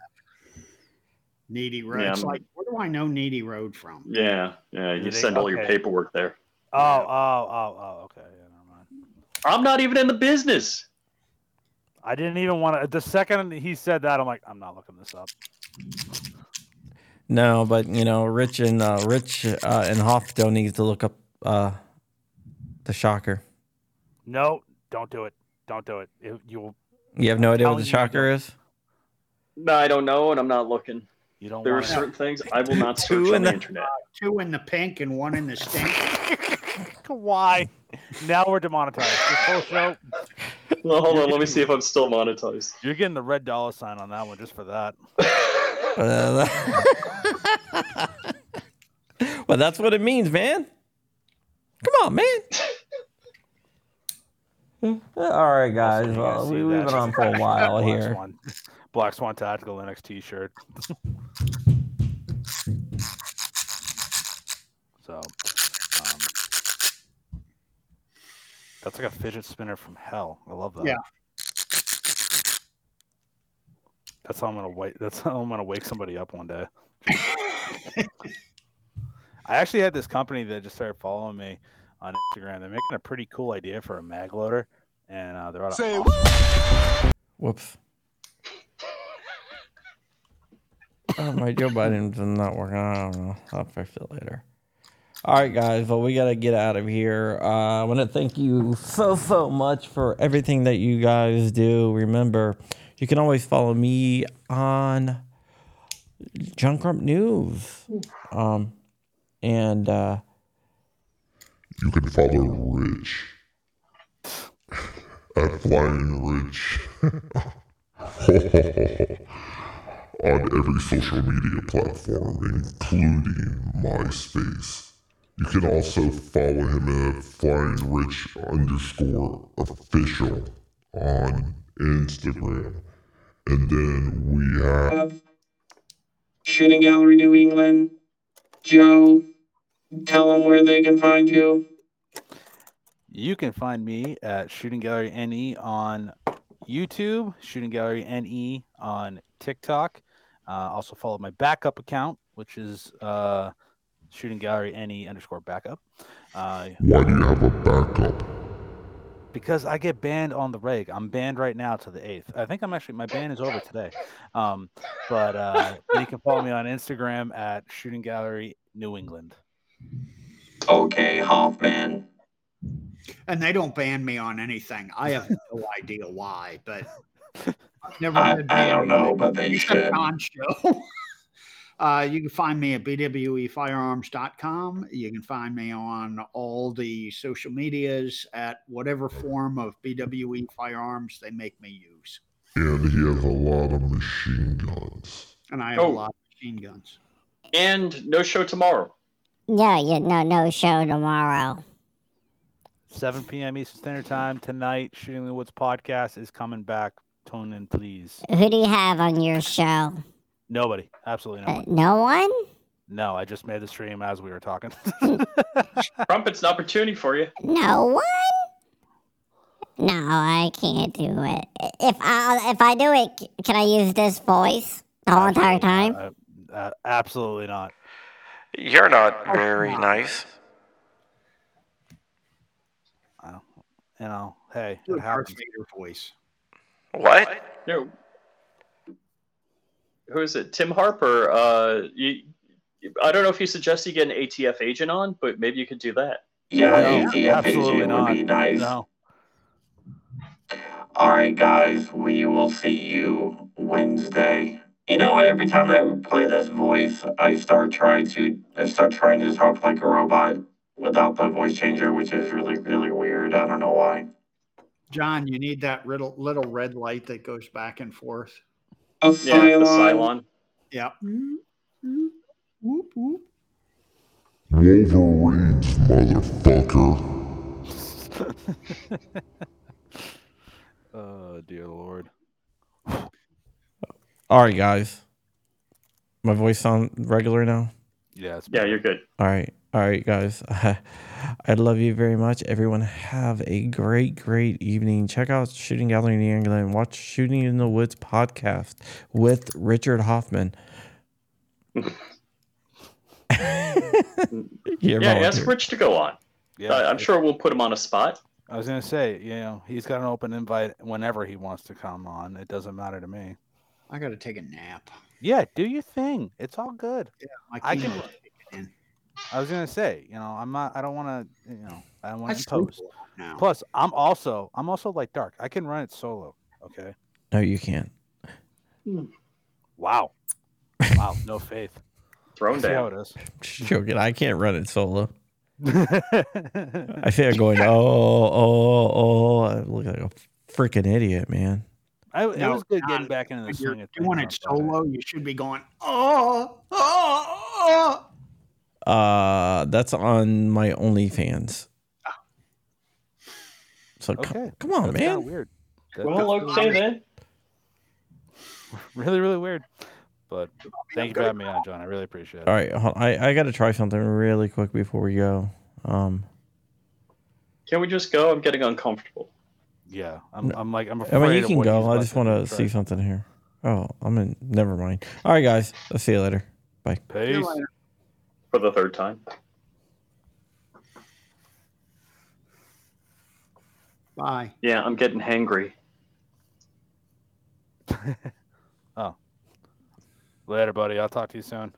Speaker 4: Needy Road.
Speaker 3: Yeah,
Speaker 4: it's
Speaker 3: I'm-
Speaker 4: like, where do I know Needy Road from?
Speaker 3: Yeah, yeah. You
Speaker 5: They-
Speaker 3: send all your
Speaker 5: okay.
Speaker 3: paperwork there.
Speaker 5: Oh, oh, oh, oh. Okay, yeah, never mind.
Speaker 3: I'm not even in the business.
Speaker 5: I didn't even want to. The second he said that, I'm like, I'm not looking this up.
Speaker 2: No, but you know, Rich and uh, Rich uh, and Hoff don't need to look up uh, the shocker.
Speaker 5: No, don't do it. Don't do it. It- you will-
Speaker 2: You have no idea what the
Speaker 5: telling you not
Speaker 2: shocker is. [laughs]
Speaker 3: No, I don't know, and I'm not looking.
Speaker 5: you don't.
Speaker 3: There are
Speaker 5: want
Speaker 3: certain things I will not
Speaker 2: Two
Speaker 3: search on
Speaker 2: and
Speaker 3: the
Speaker 2: a-
Speaker 3: internet.
Speaker 4: Two in the pink and one in the stink.
Speaker 5: [laughs] Why? Now we're demonetized. This whole show,
Speaker 3: Well, hold on. Let me see if I'm still monetized.
Speaker 5: you're getting the red dollar sign on that one just for that.
Speaker 2: Uh, well, that's what it means, man. Come on, man. [laughs] All right, guys.
Speaker 5: You guys
Speaker 2: Well,
Speaker 5: see
Speaker 2: we, we've
Speaker 5: that?
Speaker 2: been on for
Speaker 5: [laughs]
Speaker 2: a while
Speaker 5: Black
Speaker 2: here.
Speaker 5: Swan, Black Swan Tactical NX T-shirt. so, um, that's like a fidget spinner from hell. I love that.
Speaker 4: Yeah.
Speaker 5: That's how I'm gonna wait. That's how I'm gonna wake somebody up one day. I actually had this company that just started following me on Instagram. They're making a pretty cool idea for a mag loader, and uh, they're out of
Speaker 6: Say
Speaker 5: Austin.
Speaker 2: Whoops. Oh, my Joe Biden's not working. I don't know. I'll fix it later. All right, guys. Well, we got to get out of here. Uh, I want to thank you so, so much for everything that you guys do. Remember, you can always follow me on Junk Crump News. Um, and uh,
Speaker 7: You can follow Rich at Flying Rich [laughs] on every social media platform, including MySpace. You can also follow him at Flying Rich underscore official on Instagram. And then we have.
Speaker 8: Shooting Gallery New England. Joe, tell them where they can find you.
Speaker 5: You can find me at Shooting Gallery NE on YouTube, Shooting Gallery NE on TikTok. Uh, also follow my backup account, which is uh, Shooting Gallery NE underscore backup. Uh,
Speaker 7: Why do you have a backup?
Speaker 5: because I get banned on the reg. I'm banned right now to the eighth. I think I'm actually my ban is over today. Um, but uh, you can follow me on Instagram at Shooting Gallery New England.
Speaker 6: Okay, Hoffman.
Speaker 4: and they don't ban me on anything. I have no idea why, but I've never.
Speaker 6: I,
Speaker 4: been
Speaker 6: I
Speaker 4: banned
Speaker 6: don't know,
Speaker 4: on
Speaker 6: but they
Speaker 4: the
Speaker 6: should.
Speaker 4: Con show. [laughs] Uh, you can find me at E bwefirearms.com. You can find me on all the social medias at whatever form of BWE firearms they make me use.
Speaker 7: And he has a lot of machine guns.
Speaker 4: And I have
Speaker 3: Oh.
Speaker 4: a lot of machine guns.
Speaker 3: And no show tomorrow.
Speaker 9: No, you no no show tomorrow.
Speaker 5: 7 p.m. Eastern Standard Time tonight. Shooting in the Woods podcast is coming back. Tune in, please.
Speaker 9: Who do you have on your show?
Speaker 5: Nobody, absolutely
Speaker 9: Uh,
Speaker 5: nobody.
Speaker 9: no one.
Speaker 5: No, I just made the stream as we were
Speaker 9: [laughs]
Speaker 5: talking.
Speaker 3: Crumpet's an opportunity for you.
Speaker 9: No one. No, I can't do it. If I if I do it, c- can I use this voice the whole entire
Speaker 5: [laughs] Absolutely
Speaker 9: time?
Speaker 5: not. Uh, uh, absolutely not.
Speaker 10: You're not very nice.
Speaker 5: Uh, you know, hey,
Speaker 4: Do a
Speaker 5: it
Speaker 4: Darth
Speaker 5: happens.
Speaker 4: Vader voice.
Speaker 10: What?
Speaker 3: No. who is it? Tim Harper. Uh, you, I don't know if you suggest you get an ATF agent on, but maybe you could do that.
Speaker 6: Yeah,
Speaker 5: No,
Speaker 6: ATF
Speaker 5: absolutely
Speaker 6: agent would
Speaker 5: not.
Speaker 6: be nice.
Speaker 5: No.
Speaker 6: All right, guys, we will see you Wednesday. You know, every time I play this voice, I start trying to, I start trying to talk like a robot without the voice changer, which is really, really weird. I don't know why.
Speaker 4: John, you need that little little red light that goes back and forth.
Speaker 3: Yeah, the Cylon.
Speaker 4: Yeah.
Speaker 7: Wolverines, motherfucker.
Speaker 5: Oh dear lord.
Speaker 2: All right, guys. My voice sound regular now.
Speaker 5: Yeah. It's
Speaker 3: Yeah, you're good.
Speaker 2: All right. All right, guys. [laughs] I love you very much. Everyone, have a great, great evening. Check out Shooting Gallery New England. Watch Shooting in the Woods podcast with Richard Hoffman. [laughs] You're
Speaker 3: yeah, ask
Speaker 2: volunteer.
Speaker 3: Rich to go on.
Speaker 5: yeah.
Speaker 3: I- I'm
Speaker 5: it-
Speaker 3: sure we'll put him on a spot.
Speaker 5: I was gonna say, you know, he's got an open invite whenever he wants to come on. It doesn't matter to me.
Speaker 4: I gotta take a nap.
Speaker 5: Yeah, do your thing. It's all good.
Speaker 4: My
Speaker 5: I can-
Speaker 4: keynote's kicking in.
Speaker 5: I was gonna say, you know, I'm not. I don't want to. You know, I don't
Speaker 4: I
Speaker 5: want to
Speaker 4: screwed
Speaker 5: impose.
Speaker 4: up now.
Speaker 5: Plus, I'm also, I'm also like dark. I can run it solo. Okay.
Speaker 2: No, you can't. [laughs]
Speaker 5: Wow. Wow. No faith.
Speaker 4: [laughs]
Speaker 3: Thrown
Speaker 5: See how
Speaker 3: down.
Speaker 5: it is. [laughs]
Speaker 2: Just joking. I can't run it solo.
Speaker 5: yeah,
Speaker 2: I think I'm going, oh, oh, oh. I look like a freaking idiot, man.
Speaker 5: I, it
Speaker 4: No,
Speaker 5: was good getting
Speaker 4: John,
Speaker 5: back into the
Speaker 4: If you're
Speaker 5: swing. of things
Speaker 4: doing
Speaker 5: on
Speaker 4: it
Speaker 5: Friday.
Speaker 4: solo, you should be going, oh, oh, oh.
Speaker 2: Uh, that's on my OnlyFans. So
Speaker 5: Okay.
Speaker 2: come, come on,
Speaker 5: That's kinda
Speaker 2: Oh, man.
Speaker 5: weird. That-
Speaker 3: Well,
Speaker 5: that's
Speaker 3: okay then.
Speaker 5: really, really weird. But thank you for
Speaker 4: good
Speaker 5: having me on, John. I really appreciate it.
Speaker 2: All right, hold I I got to try something really quick before we go. Um,
Speaker 3: Can we just go? I'm getting uncomfortable.
Speaker 5: Yeah, I'm, I'm like, I'm
Speaker 2: I
Speaker 5: afraid.
Speaker 2: mean, you
Speaker 5: of
Speaker 2: can
Speaker 5: what he's
Speaker 2: go. I
Speaker 5: about
Speaker 2: just want
Speaker 5: do.
Speaker 2: to see something here. Oh, I'm in. Never mind. All right, guys. I'll see you later. Bye.
Speaker 5: Peace.
Speaker 3: for the third time.
Speaker 4: Bye.
Speaker 3: Yeah, I'm getting hangry.
Speaker 5: Later, buddy. I'll talk to you soon.